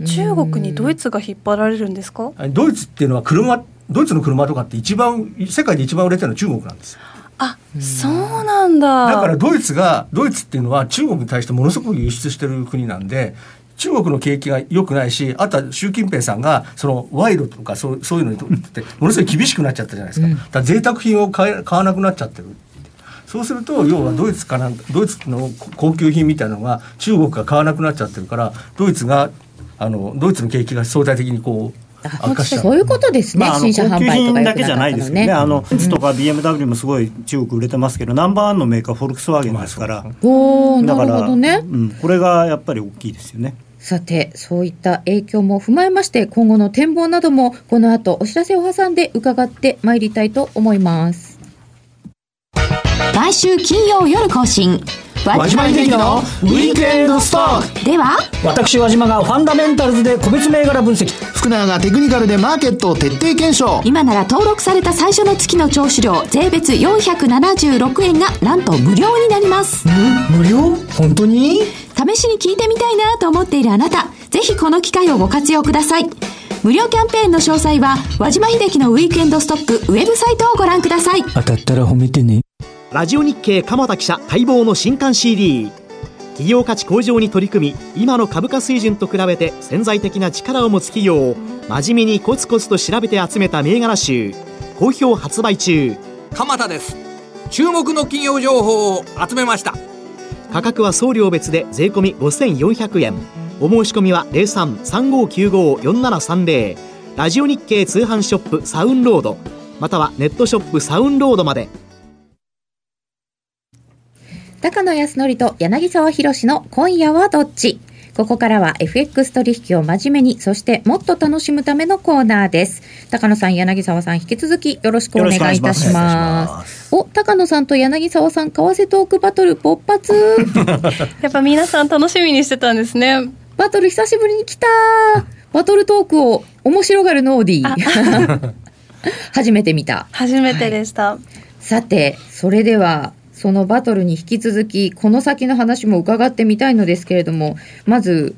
Speaker 4: え中国にドイツが引っ張られるんですか？
Speaker 3: ドイツっていうのは車ドイツの車とかって一番世界で一番売れてるのは中国なんですよ
Speaker 4: あ、そうなんだ。
Speaker 3: だからドイツがドイツっていうのは中国に対してものすごく輸出してる国なんで中国の景気が良くないしあとは習近平さんがその賄賂とかそうそういうのにとってものすごい厳しくなっちゃったじゃないですか,、
Speaker 1: うん
Speaker 3: だから贅沢品を買え買わなくなっちゃってるそうすると要はドイツかなんドイツの高級品みたいなのが中国が買わなくなっちゃってるからドイツがあのドイツの景気が相対的にこう悪化しちゃう。
Speaker 1: そういうことですね、
Speaker 2: まあ、あ
Speaker 1: 新
Speaker 2: の高
Speaker 1: 車販
Speaker 2: 級
Speaker 1: 売とか
Speaker 2: 品
Speaker 1: 良
Speaker 2: だ
Speaker 1: く
Speaker 2: け
Speaker 1: なか
Speaker 2: じゃ
Speaker 1: った
Speaker 2: ないですよね、あの
Speaker 1: うん
Speaker 2: 靴とか BMW もすごい中国売れてますけど、ナンバーワンのメーカー、フォルクスワーゲンですから、
Speaker 1: おー
Speaker 2: だ
Speaker 1: な
Speaker 2: か
Speaker 1: る
Speaker 2: ら
Speaker 1: ほどね。
Speaker 2: うん、これがやっぱり大きいですよね。
Speaker 1: さて、そういった影響も踏まえまして、今後の展望なども、この後お知らせを挟んで伺ってまいりたいと思います。
Speaker 5: 毎週金曜夜更新
Speaker 6: 輪島秀樹のウィークエンドストック
Speaker 5: では
Speaker 6: 私輪島がファンダメンタルズで個別銘柄分析福永がテクニカルでマーケットを徹底検証
Speaker 5: 今なら登録された最初の月の聴取料税別476円がなんと無料になります
Speaker 6: 無料本当に
Speaker 5: 試しに聞いてみたいなと思っているあなたぜひこの機会をご活用ください無料キャンペーンの詳細は輪島秀樹のウィークエンドストックウェブサイトをご覧ください
Speaker 7: 当たったら褒めてね
Speaker 8: ラジオ日経鎌田記者待望の新刊 CD 企業価値向上に取り組み今の株価水準と比べて潜在的な力を持つ企業を真面目にコツコツと調べて集めた銘柄集好評発売中
Speaker 9: 鎌田です注目の企業情報を集めました
Speaker 8: 価格は送料別で税込み5400円お申し込みは0335954730ラジオ日経通販ショップサウンロードまたはネットショップサウンロードまで
Speaker 1: 高野康則と柳沢博の今夜はどっちここからは FX 取引を真面目に、そしてもっと楽しむためのコーナーです。高野さん、柳沢さん、引き続きよろしくお願いいたし
Speaker 2: よろしくお
Speaker 1: ます。お、高野さんと柳沢さん、為替トークバトル勃発
Speaker 4: やっぱ皆さん楽しみにしてたんですね。
Speaker 1: バトル久しぶりに来たバトルトークを面白がるノーディー。 初めて見た。
Speaker 4: 初めてでした。
Speaker 1: さて、それでは、そのバトルに引き続き、この先の話も伺ってみたいのですけれども、まず、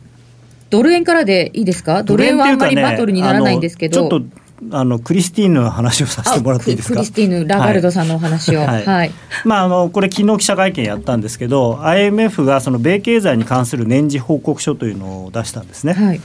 Speaker 1: ドル円からでいいですかドル円はあんまりバトルにならないんですけど、
Speaker 2: あのちょっとあのクリスティーヌの話をさせてもらっていいです
Speaker 1: あク
Speaker 2: か
Speaker 1: リスティーヌ・ラガルドさんのお話を。は。
Speaker 2: はいい
Speaker 1: はい
Speaker 2: まあ、あのこれ昨日記者会見やったんですけど IMF がその米経済に関する年次報告書というのを出したんですね。
Speaker 1: はい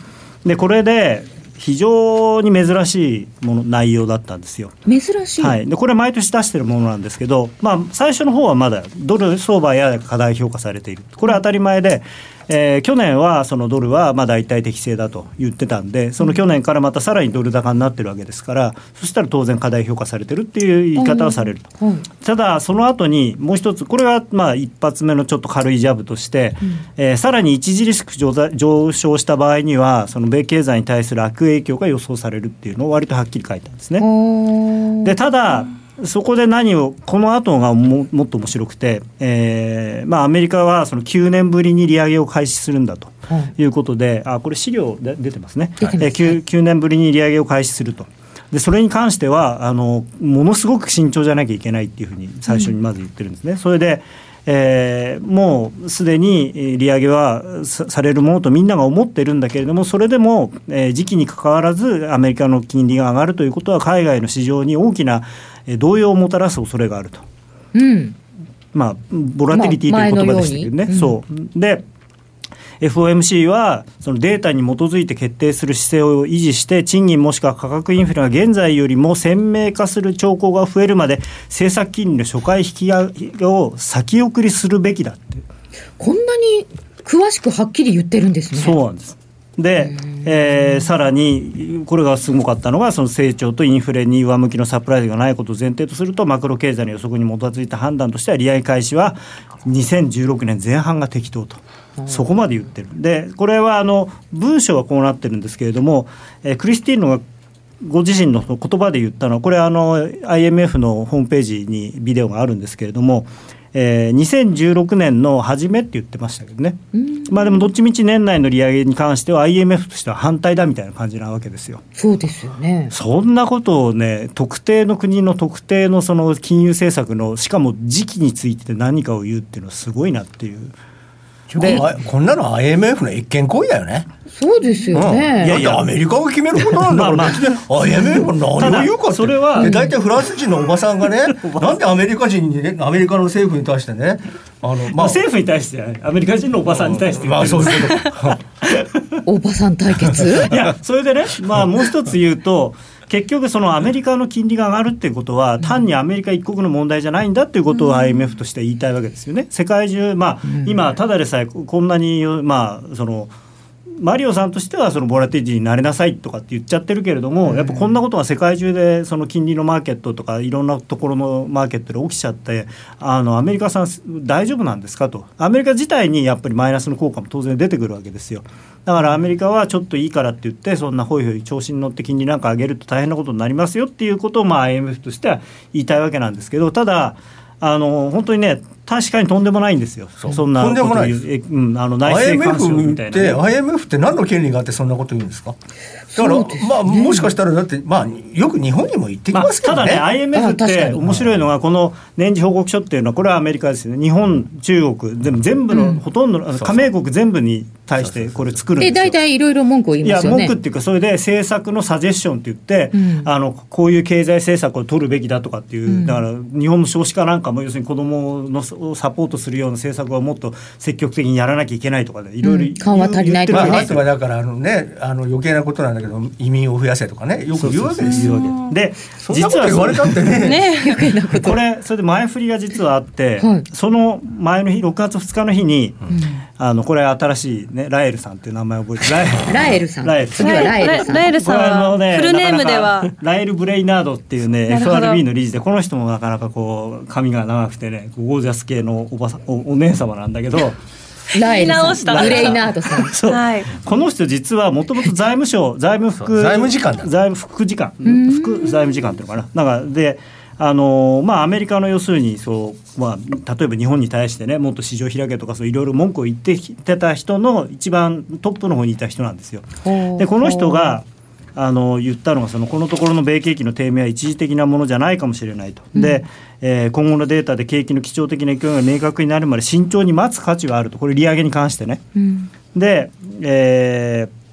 Speaker 2: でこれで非常に珍しいもの内容だったんですよ。
Speaker 1: 珍しい。
Speaker 2: はい、でこれ毎年出してるものなんですけど、まあ、最初の方はまだドル相場やや過大評価されているこれは当たり前で、えー去年はそのドルはまあ大体適正だと言ってたんでその去年からまたさらにドル高になってるわけですからそしたら当然過大評価されてるっていう言い方をされると。
Speaker 1: はい
Speaker 2: ただその後にもう一つこれはまあ一発目のちょっと軽いジャブとして、えーさらに著しく上ざ上昇した場合にはその米経済に対する悪影響が予想されるっていうのを割とはっきり書いたんですね。
Speaker 1: おー
Speaker 2: でただそこで何をこの後がももっと面白くて、えーまあ、アメリカはその9年ぶりに利上げを開始するんだと
Speaker 1: はい
Speaker 2: いうことで、あこれ資料で出てますね
Speaker 1: 出てます
Speaker 2: えー 9, 9年ぶりに利上げを開始すると。でそれに関してはあのものすごく慎重じゃなきゃいけないっていうふうに最初にまず言ってるんですね。それで、えーもうすでにえー利上げはさされるものとみんなが思ってるんだけれどもそれでも、えー時期にかかわらずアメリカの金利が上がるということは海外の市場に大きなえー動揺をもたらす恐れがあると。
Speaker 1: うん。
Speaker 2: まあ、ボラティリティという言葉でしたけど
Speaker 1: ま
Speaker 2: ね。
Speaker 1: あ前のようにうん
Speaker 2: そうで FOMC はそのデータに基づいて決定する姿勢を維持して賃金もしくは価格インフレが現在よりも鮮明化する兆候が増えるまで政策金利の初回引き上げを先送りするべきだって
Speaker 1: こんなに詳しくはっきり言ってるんですね。
Speaker 2: そうなんです。で、えーさらにこれがすごかったのがその成長とインフレに上向きのサプライズがないことを前提とするとマクロ経済の予測に基づいた判断としては利上げ開始は2016年前半が適当と。そこまで言ってるでこれはあの文章はこうなってるんですけれども、えークリスティーノがご自身の言葉で言ったのはこれあの IMF のホームページにビデオがあるんですけれども、えー2016年の初めって言ってましたけどね、まあでもどっちみち年内の利上げに関しては IMF としては反対だみたいな感じなわけですよ。
Speaker 1: そうですよね。
Speaker 2: そんなことをね特定の国の特定のその金融政策のしかも時期について何かを言うっていうのはすごいなっていう。
Speaker 3: でこんなの IMF の一見行為だよね。
Speaker 1: そうですよ
Speaker 3: いや
Speaker 1: ね。
Speaker 3: いやアメリカが決めることなんだから、
Speaker 2: まあまあ
Speaker 3: 別に IMF は何を言うかって
Speaker 2: ただそれは
Speaker 3: で大体フランス人のおばさ んがねなんでアメリカ人にねアメリカの政府に対してねあの
Speaker 2: ま
Speaker 3: ま
Speaker 2: あ、
Speaker 3: あ
Speaker 2: 政府に対してじゃないアメリカ人のおばさんに対して
Speaker 3: まあそうですけど
Speaker 1: おばさん対 決
Speaker 2: いやそれでね、まあ、もう一つ言うと結局そのアメリカの金利が上がるっていうことは単にアメリカ一国の問題じゃないんだっていうことを IMF として言いたいわけですよね。世界中、まあ、今ただでさえこんなに、まあ、そのマリオさんとしてはそのボラティリティになれなさいとかって言っちゃってるけれども、やっぱこんなことが世界中でその金利のマーケットとかいろんなところのマーケットで起きちゃってあのアメリカさん大丈夫なんですかとアメリカ自体にやっぱりマイナスの効果も当然出てくるわけですよだからアメリカはちょっといいからって言ってそんなほいほい調子に乗って金利なんか上げると大変なことになりますよっていうことをまあ IMF としては言いたいわけなんですけどただあの本当にね確かにとんでもないんですよ。そんなこと言う
Speaker 3: とんでもないです
Speaker 2: えうん、あの 内政干渉みた
Speaker 3: IMF
Speaker 2: いなね、
Speaker 3: って IMF って何の権利があってそんなこと言うんですかだから、まあもしかしたらだってまあよく日本にも行ってき
Speaker 2: まあ
Speaker 3: ますけ
Speaker 2: た
Speaker 3: ど
Speaker 2: だ
Speaker 3: ね、
Speaker 2: ね、IMF っ
Speaker 1: あ確か
Speaker 2: て
Speaker 1: に
Speaker 2: 面白いのが、この年次報告書っていうのは、これはアメリカですよね、日本、中国、全部全部の、ほとんどのあの加盟国全部に対してこれ作るんです
Speaker 1: で
Speaker 2: よ。
Speaker 1: 大体いろいろ文句を言い
Speaker 2: い
Speaker 1: ま
Speaker 2: や
Speaker 1: すよね
Speaker 2: 文句っていうかそれで政策のサジェッションって言って、
Speaker 1: うん
Speaker 2: あのこういう経済政策を取るべきだとかっていう、
Speaker 1: ん
Speaker 2: だから日本の少子化なんかも要するに子どものそをサポートするような政策をもっと積極的にやらなきゃいけないとかでいろいろ
Speaker 1: うん緩和足りないと
Speaker 2: 言
Speaker 1: かね
Speaker 2: ってるわけ
Speaker 3: まあ、あ
Speaker 2: です
Speaker 3: と
Speaker 2: よ
Speaker 3: はだからあのねあの余計なことなんだけど移民を増やせとかねよく言うわけですよ。
Speaker 2: で
Speaker 3: そんなこと言われたって ね
Speaker 4: ね
Speaker 2: これそれで前振りが実はあって、
Speaker 1: はい
Speaker 2: その前の日6月2日の日に、あのこれ新しいねラエルさんっていう名前覚えてラエル
Speaker 1: ラエルさん
Speaker 2: ラエル
Speaker 1: 次はラエルさん
Speaker 4: ラエル
Speaker 2: こ
Speaker 4: さ
Speaker 2: れあ
Speaker 4: ん
Speaker 2: の
Speaker 4: は、
Speaker 2: ね
Speaker 4: フルネームでは
Speaker 2: なかなかラエル・ブレイナードっていうね
Speaker 4: なるほど
Speaker 2: FRB の理事でこの人もなかなかこう髪が長くてねゴージャス系のおばさんおお姉様なんだけど
Speaker 1: ラエル
Speaker 4: 言い直した
Speaker 1: さんグレイナードさん
Speaker 2: そう、
Speaker 4: はい
Speaker 2: この人実はもともと財務 省財務
Speaker 3: そ
Speaker 2: 副
Speaker 3: う財務次官だ
Speaker 2: 財務副次官副財務次官っていうのかななんかであのーまあ、アメリカの要するにそう、まあ、例えば日本に対してねもっと市場開けとかそういろいろ文句を言ってきてた人の一番トップの方にいた人なんですよ。 でこの人があの言ったのがそのこのところの米景気の低迷は一時的なものじゃないかもしれないと、で、えー今後のデータで景気の基調的な影響が明確になるまで慎重に待つ価値はあるとこれ利上げに関してね。で、えー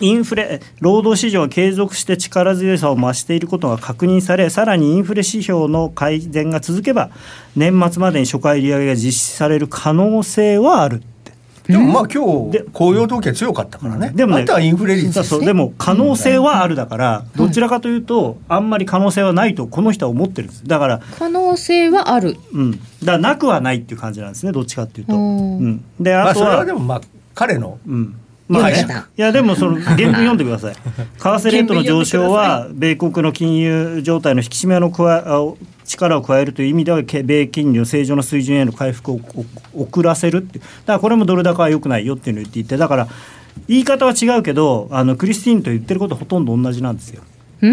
Speaker 2: インフレ労働市場は継続して力強さを増していることが確認されさらにインフレ指標の改善が続けば年末までに初回利上げが実施される可能性はあるって
Speaker 3: でもまあ今
Speaker 2: で
Speaker 3: 日雇用統計強かったからね。
Speaker 2: でもね
Speaker 3: あとはインフレ率
Speaker 2: そうそうでも可能性はあるだからどちらかというとあんまり可能性はないとこの人は思ってるんですだから
Speaker 1: 可能性はある
Speaker 2: うんだからなくはないっていう感じなんですねどっちかっていうと。う
Speaker 1: おー
Speaker 2: ん、で
Speaker 3: ま
Speaker 2: あ
Speaker 3: あ
Speaker 2: と
Speaker 3: それ
Speaker 2: は
Speaker 3: はでもまあ彼の
Speaker 2: うんまあ、
Speaker 1: 読
Speaker 2: ね
Speaker 1: んでた、
Speaker 2: いやでもその原文読んでく ださい為替レートの上昇は米国の金融状態の引き締めの加えあお力を加えるという意味ではけ米金利の正常な水準への回復をお遅らせるっていうだからこれもドル高は良くないよっていうのを言っていてだから言い方は違うけどあのクリスティーンと言ってることほとんど同じなんですよ。
Speaker 1: うー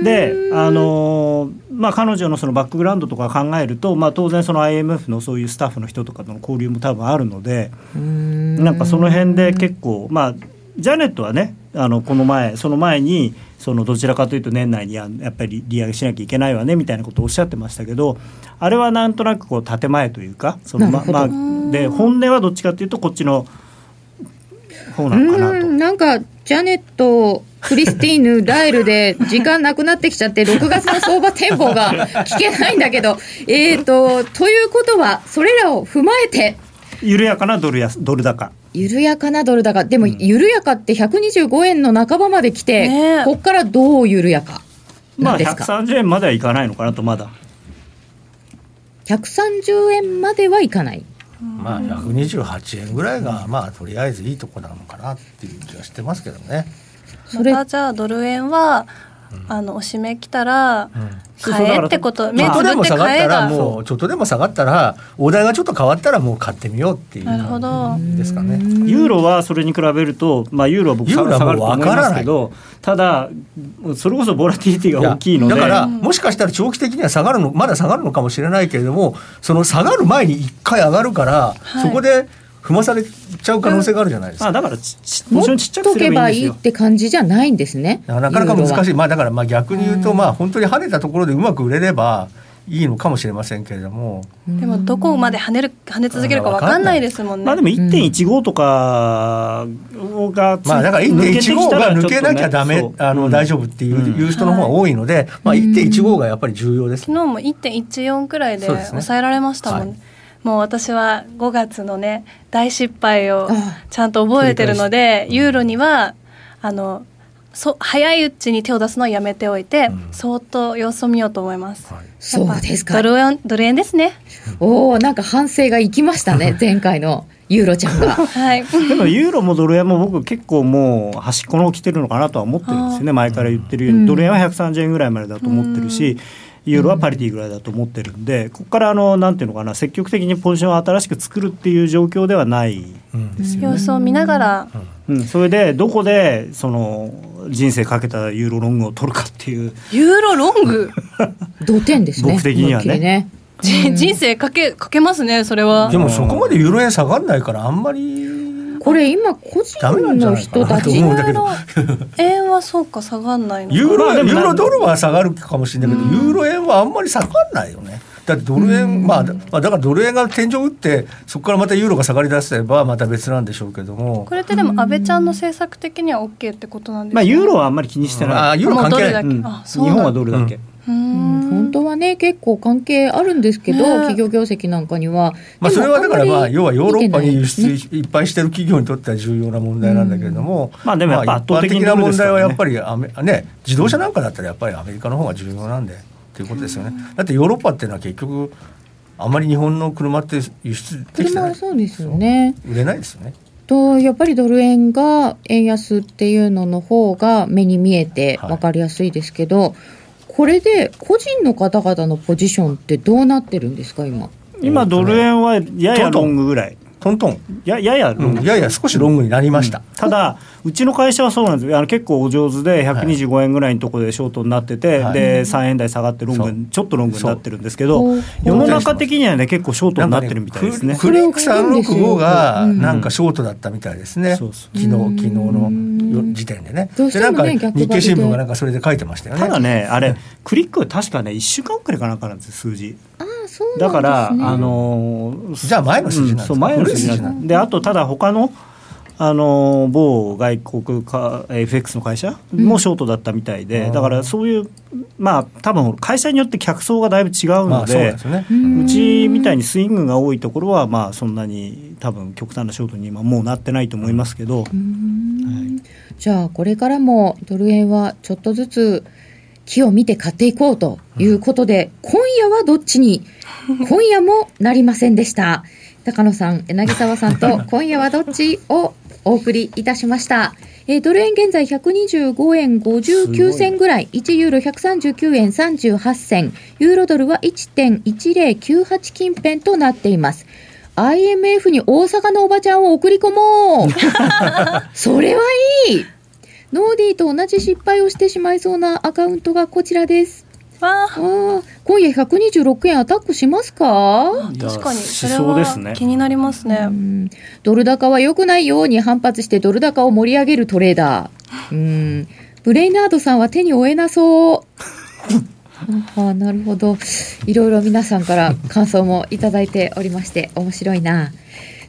Speaker 1: ん
Speaker 2: で、あのーまあ、彼女のそのバックグラウンドとか考えると、まあ、当然その IMF のそういうスタッフの人とかとの交流も多分あるのでなんかその辺で結構、まあ、ジャネットはねあのこの前その前にそのどちらかというと年内にややっぱり利上げしなきゃいけないわねみたいなことをおっしゃってましたけどあれはなんとなくこう建前というかそのま
Speaker 1: なるほど
Speaker 2: まあ、で本音はどっちかというとこっちの方なのかなと。
Speaker 1: うんなんかジャネットクリスティー ヌライルで時間なくなってきちゃって6月の相場展望が聞けないんだけどえーとということはそれらを踏まえて
Speaker 2: 緩やかなドル安ドル高
Speaker 1: 緩やかなドル高でも緩やかって125円の半ばまで来て、
Speaker 4: ねえ
Speaker 1: こっからどう緩やか
Speaker 2: ま
Speaker 1: なん
Speaker 2: あ
Speaker 1: ですか、
Speaker 2: 130円まではいかないのかなとまだ
Speaker 1: 130円まではいかない
Speaker 3: まあ128円ぐらいがまあとりあえずいいとこなのかなっていう気はしてますけどね。
Speaker 1: それ
Speaker 4: またじゃあドル円は、あのおしめ来たら、買えってこと
Speaker 3: ち
Speaker 4: 目
Speaker 3: ょっ
Speaker 4: つ
Speaker 3: とで
Speaker 4: ぶっ
Speaker 3: も
Speaker 4: て
Speaker 3: 下がっ
Speaker 4: 買え
Speaker 3: た
Speaker 4: が
Speaker 3: らもうちょっとでも下がったらお題がちょっと変わったらもう買ってみようっていう
Speaker 4: なるほど
Speaker 3: 感じですかね。
Speaker 2: ユーロはそれに比べると、まあ、ユーロは僕
Speaker 3: ユー
Speaker 2: 下が
Speaker 3: ロは
Speaker 2: 下がると
Speaker 3: もう
Speaker 2: 思い
Speaker 3: 分から
Speaker 2: ま
Speaker 3: ない
Speaker 2: すけどただそれこそボラティリティが大きいので
Speaker 3: やだからもしかしたら長期的には下がるのまだ下がるのかもしれないけれどもその下がる前に一回上がるから、
Speaker 4: はい
Speaker 3: そこで踏まされちゃう可能性があるじゃないです
Speaker 2: まあ、
Speaker 3: か。
Speaker 2: だからちち
Speaker 1: 持
Speaker 2: も
Speaker 1: っ
Speaker 2: ちろんちっちゃく
Speaker 1: と
Speaker 2: すれ
Speaker 1: けば
Speaker 2: ばい
Speaker 1: い
Speaker 2: い
Speaker 1: いっ
Speaker 2: んです
Speaker 1: て
Speaker 2: よ。
Speaker 1: 感じじゃないんですね
Speaker 3: なかなか難
Speaker 1: ユーロは
Speaker 3: しい、まあ、だからまあ逆に言うと、まあ、本当に跳ねたところでうまく売れればいいのかもしれませんけれども、
Speaker 4: でもどこまで跳ねる跳ね続けるかわかんないですもんね。
Speaker 2: まあでも1.15とかがつ、
Speaker 3: まあだから1.15が抜けなきゃダメ、
Speaker 2: そう
Speaker 3: あの大丈夫っていう,、いう人の方が多いので、まあ1.15がやっぱり重要ですね
Speaker 4: 昨日も1.14くらいで
Speaker 3: そうですね
Speaker 4: 抑えられましたもん、
Speaker 3: はい
Speaker 4: もう私は5月のね大失敗を
Speaker 1: あ
Speaker 4: ちゃんと覚えてるのでユーロにはあのそ早いうちに手を出すのはやめておいて、そーっと様子を見ようと思います。やっ
Speaker 1: そ
Speaker 4: ぱ
Speaker 1: うです
Speaker 4: ド
Speaker 1: か。
Speaker 4: ル円ドル円ですね。
Speaker 1: おお、なんか反省がいきました ね。前回のユーロちゃんが。
Speaker 4: はい。
Speaker 2: でもユーロもドル円も僕結構もう端っこの方来てるのかなとは思ってるんですよね前から言ってるように、
Speaker 1: うん
Speaker 2: ドル円は130円ぐらいまでだと思ってるし、ユーロはパリティぐらいだと思ってるんでここからあのなんていうのかな積極的にポジションを新しく作るっていう状況ではない、
Speaker 4: 様子を見ながら、
Speaker 2: うん、それでどこでその人生かけたユーロロングを取るかっていう
Speaker 4: ユーロロング、
Speaker 1: 同点ですね。
Speaker 2: 僕的にはね
Speaker 1: 思いっきり
Speaker 4: じ人生かけかけますねそれは
Speaker 3: で。もそこまでユーロ円下がんないからあんまり
Speaker 1: これ今個人
Speaker 3: ダメなんじゃ
Speaker 1: の
Speaker 3: ないか
Speaker 1: 人た
Speaker 3: なと
Speaker 1: ち
Speaker 4: ユ
Speaker 3: 思うんだけ
Speaker 4: ー
Speaker 3: ど
Speaker 4: ロ円はそうか下がんないのか。
Speaker 3: ユー
Speaker 2: ま
Speaker 3: ロ
Speaker 2: あでも
Speaker 3: ユーロドルは下がるかもしれないけど、ユーロ円はあんまり下がらないよね。だってドル円、まあ、だまあだからドル円が天井打ってそこからまたユーロが下がりだせばまた別なんでしょうけども
Speaker 4: これってでも安倍ちゃんの政策的には OK ってことなんです
Speaker 2: まあユーロはあんまり気にして
Speaker 3: あ
Speaker 2: な
Speaker 3: あ
Speaker 2: い、
Speaker 3: ユーロ関係ない
Speaker 4: もうドルだけ
Speaker 2: うん、
Speaker 4: あ
Speaker 2: 日
Speaker 4: そうなんだ
Speaker 2: 本はドルだけ、
Speaker 4: うーん
Speaker 1: 本当はね結構関係あるんですけど、
Speaker 4: ね
Speaker 1: 企業業績なんかには、
Speaker 3: まあ、それはだからまあ
Speaker 1: でも
Speaker 3: 要はヨーロッパに輸出
Speaker 1: 見てないですね
Speaker 3: いっぱいしてる企業にとっては重要な問題なんだけれども、
Speaker 2: まあでもやっぱ圧倒的に
Speaker 3: まあ一般
Speaker 2: ド
Speaker 3: な
Speaker 2: ルで
Speaker 3: 問
Speaker 2: すか
Speaker 3: 題
Speaker 2: らね
Speaker 3: はやっぱりアメね自動車なんかだったらやっぱりアメリカの方が重要なんでっていうことですよね。だってヨーロッパっていうのは結局あまり日本の車って輸出できて
Speaker 1: 車
Speaker 3: ない
Speaker 1: はそうですよね
Speaker 3: 売れないですよね。
Speaker 1: とやっぱりドル円が円安っていうのの方が目に見えて
Speaker 3: はい
Speaker 1: 分かりやすいですけど、これで個人の方々のポジションってどうなってるんですか今
Speaker 2: 今ドル円はややロングぐらい
Speaker 3: トントン、
Speaker 2: やややロング
Speaker 3: うんいやいや少しロングになりました。
Speaker 2: ただうちの会社はそうなんですよあの結構お上手で125円ぐらいのところでショートになってて、
Speaker 3: はい
Speaker 2: で3円台下がってロン
Speaker 3: そう
Speaker 2: グちょっとロングになってるんですけど
Speaker 1: そう
Speaker 2: 世の中的にはね結構ショートになってるみたいですね。
Speaker 3: クリック三六五が
Speaker 1: うん
Speaker 3: なんかショートだったみたいですね。
Speaker 2: そうそう
Speaker 3: 昨日昨日の時点でね。
Speaker 1: どうして
Speaker 3: でな
Speaker 1: も
Speaker 3: ん
Speaker 1: ね
Speaker 3: か
Speaker 1: 逆張りで
Speaker 3: 日経新聞がなんかそれで書いてましたよね。
Speaker 2: ただねあれクリックは確かね1週間くらいかなんかなんですよ数字
Speaker 1: ああそう
Speaker 2: だか
Speaker 1: な
Speaker 2: ら、
Speaker 1: んですね
Speaker 2: あのー
Speaker 3: じゃあ前の数字なんですか
Speaker 2: そう前の数字なん
Speaker 3: 古い数字なん
Speaker 2: ですであとただ他のあのー某外国か FX の会社もショートだったみたいで、
Speaker 3: うん
Speaker 2: だからそういうまあ多分会社によって客層がだいぶ違う
Speaker 3: ま
Speaker 2: の
Speaker 3: あそう
Speaker 2: で、
Speaker 3: ですよね。
Speaker 2: うちみたいにスイングが多いところはまあそんなに多分極端なショートに今もうなってないと思いますけど、
Speaker 1: じゃあこれからもドル円はちょっとずつ木を見て買っていこうということで、今夜はどっちに今夜もなりませんでした 高野さん柳沢さんと今夜はどっちをお送りいたしました、えードル円現在125円59銭ぐらい1ユーロ139円38銭ユーロドルは1.1098近辺となっています IMF に大阪のおばちゃんを送り込もうそれはいいノーディーと同じ失敗をしてしまいそうなアカウントがこちらです。
Speaker 4: わ
Speaker 1: あー今夜126円アタックしますか
Speaker 4: あ確かに
Speaker 2: いや
Speaker 4: それ
Speaker 2: しそうです
Speaker 4: は
Speaker 2: ね
Speaker 4: 気になりますね。
Speaker 1: ドル高は良くないように反発してドル高を盛り上げるトレーダー。うーん。ブレイナードさんは手に負えなそう。ああ、なるほど。いろいろ皆さんから感想もいただいておりまして、面白いな。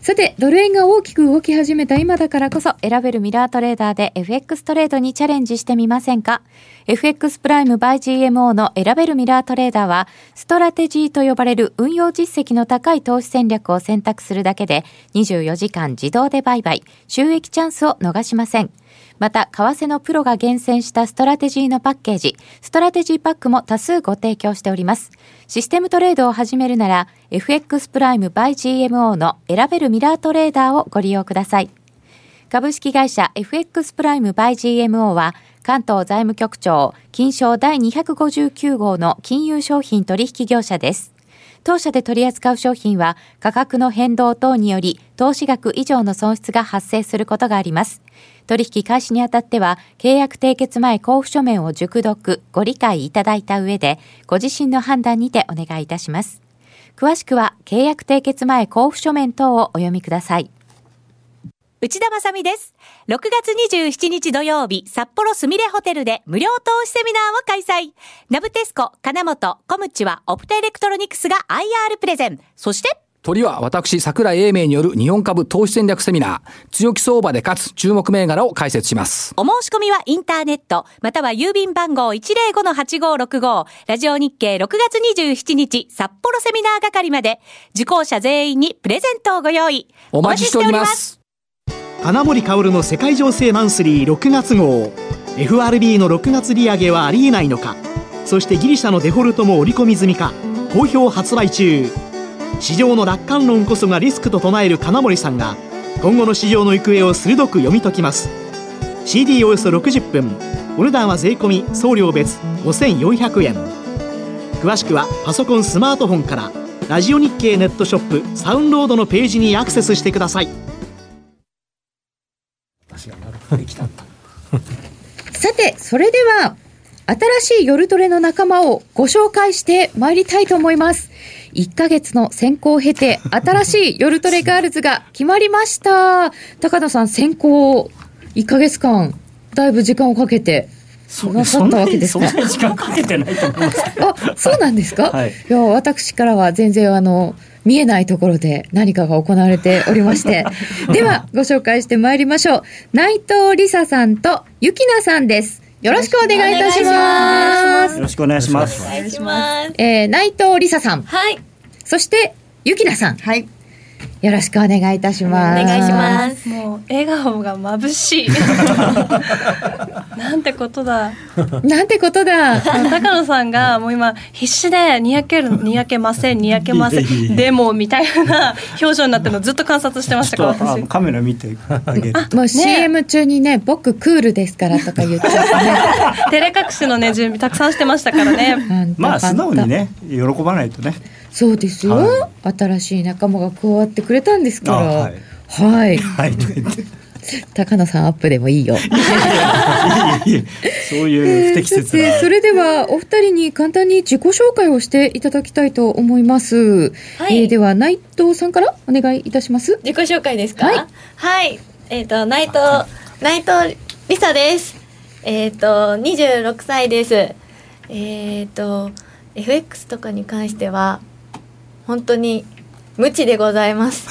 Speaker 1: さて、ドル円が大きく動き始めた今だからこそ選べるミラートレーダーで FX トレードにチャレンジしてみませんか ?FX プライム by GMO の選べるミラートレーダーは、ストラテジーと呼ばれる運用実績の高い投資戦略を選択するだけで、24時間自動で売買、収益チャンスを逃しません。また、為替のプロが厳選したストラテジーのパッケージ、ストラテジーパックも多数ご提供しております。システムトレードを始めるなら、FX プライム by GMO の選べるミラートレーダーをご利用ください。株式会社 FX プライム by GMO は関東財務局長金賞第259号の金融商品取引業者です。当社で取り扱う商品は価格の変動等により投資額以上の損失が発生することがあります。取引開始にあたっては契約締結前交付書面を熟読、ご理解いただいた上でご自身の判断にてお願いいたします。詳しくは契約締結前交付書面等をお読みください。内田まさみです。6月27日土曜日、札幌すみれホテルで無料投資セミナーを開催。ナブテスコ、金本、コムチはオプトエレクトロニクスが IR プレゼン。そして、
Speaker 9: 鳥は私、桜井英明による日本株投資戦略セミナー、強気相場で勝つ注目銘柄を解説します。
Speaker 1: お申し込みはインターネット、または郵便番号105-8565、ラジオ日経6月27日、札幌セミナー係まで、受講者全員にプレゼントをご用意。
Speaker 9: お待ちしておりま
Speaker 1: お待ち
Speaker 9: す。
Speaker 8: 金森薫の世界情勢マンスリー6月号 FRB の6月利上げはありえないのかそしてギリシャのデフォルトも織り込み済みか好評発売中市場の楽観論こそがリスクと唱える金森さんが今後の市場の行方を鋭く読み解きます CD およそ60分お値段は税込み送料別5400円詳しくはパソコンスマートフォンからラジオ日経ネットショップサウンロードのページにアクセスしてください
Speaker 10: さて、それでは、新しい夜トレの仲間をご紹介してまいりたいと思います。1ヶ月の選考を経て、新しい夜トレガールズが決まりました。高野さん、選考、1ヶ月間、だいぶ時間をかけて、
Speaker 2: そ
Speaker 10: なさったわけですか
Speaker 2: そんなに時間かけてないと思いますけど
Speaker 10: あ、そうなんですか、
Speaker 2: はい
Speaker 10: い、や、私からは全然あの、見えないところで何かが行われており まして。では、ご紹介してまいりましょう。内藤理沙さんとゆきなさんです。よろしくお願いいたします。
Speaker 2: よろしくお願いします。
Speaker 1: お願いします。
Speaker 10: えー、内藤理沙さん、
Speaker 1: はい。
Speaker 10: そしてゆきなさん。
Speaker 11: はい。
Speaker 10: よろしくお願いいたします。
Speaker 1: お願いします。
Speaker 4: もう笑顔が 眩しいなんてことだ
Speaker 10: す。なんてことだ。
Speaker 4: 高野さんがもう今必死でにやけるにやけませんにやけませ
Speaker 2: いえいえいえ
Speaker 4: んでもみたいな表情になってるのずっと観察してまし
Speaker 2: ち
Speaker 4: たか
Speaker 2: ょ
Speaker 4: ら
Speaker 2: っとあ
Speaker 4: 私
Speaker 2: カメラ見てあげると。
Speaker 10: もう CM 中にね、僕クールですからとか言っちゃってね。
Speaker 4: 照れ隠しのね準備たくさんしてましたからね
Speaker 10: あんた
Speaker 2: まあ素直に
Speaker 10: あんた
Speaker 2: ね喜ばないとね。
Speaker 10: そうですよ、
Speaker 2: は
Speaker 10: 新しい仲間が加わってくれたんですから
Speaker 2: あは
Speaker 10: はいい、
Speaker 2: はいと言って。い
Speaker 10: 高野さんアップでもいいよ
Speaker 2: えいえそういう不適切
Speaker 10: えーさてそ
Speaker 2: な。
Speaker 10: れではお二人に簡単に自己紹介をしていただきたいと思います、
Speaker 11: はい
Speaker 10: えーでは内藤さんからお願いいたします
Speaker 11: 自己紹介ですか。
Speaker 10: は
Speaker 11: はいい。えっ、と内藤内藤理沙です。えっ、と二十六歳です。えっ、と FX とかに関しては本当に無知でございます。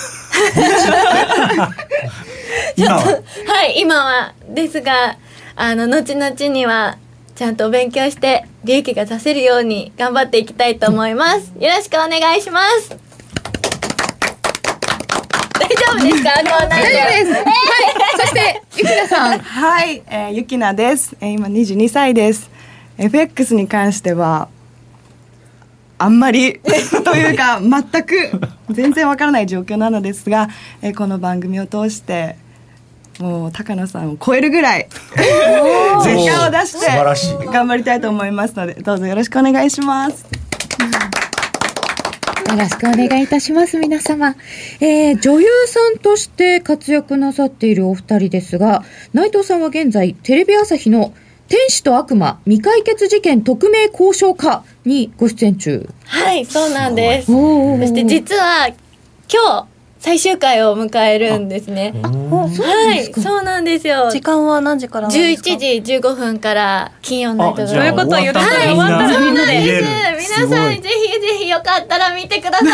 Speaker 2: 今は
Speaker 11: はい、今はですが、あの後々にはちゃんとお勉強して利益が出せるように頑張っていきたいと思います。よろしくお願いします。大丈夫ですか？こうなっち
Speaker 10: 大
Speaker 11: ゃう
Speaker 10: 丈夫です、はい、そしてゆきなさん
Speaker 12: はい、えー、ゆきなです、えー、今22歳です FX に関してはあんまり というか全く全然わからない状況なのですが、えー、この番組を通してもう高野さんを超えるぐ らい結果を出して
Speaker 3: 素晴らしい
Speaker 12: 頑張りたいと思いますのでどうぞよろしくお願いします
Speaker 10: よろしくお願いいたします、皆様。えー、女優さんとして活躍なさっているお二人ですが、内藤さんは現在、テレビ朝日の天使と悪魔未解決事件特命交渉課にご出演中。
Speaker 11: はい、そうなんです。そ
Speaker 10: お
Speaker 11: して実は今日最終回を迎えるんですね。はい、そうなんですよ。
Speaker 4: 時間は何時からなん
Speaker 11: 11
Speaker 4: ですか
Speaker 11: 時15分から金曜ナイト
Speaker 2: あ
Speaker 11: ド
Speaker 2: じ
Speaker 11: ラ
Speaker 2: ゃ
Speaker 4: と
Speaker 11: マ
Speaker 4: い
Speaker 2: あ
Speaker 4: うことは
Speaker 2: 終わった
Speaker 4: よろし
Speaker 2: みんな
Speaker 4: く終わったらみんなで
Speaker 2: 見れる
Speaker 11: 皆さんぜひぜひよかったら見てくださ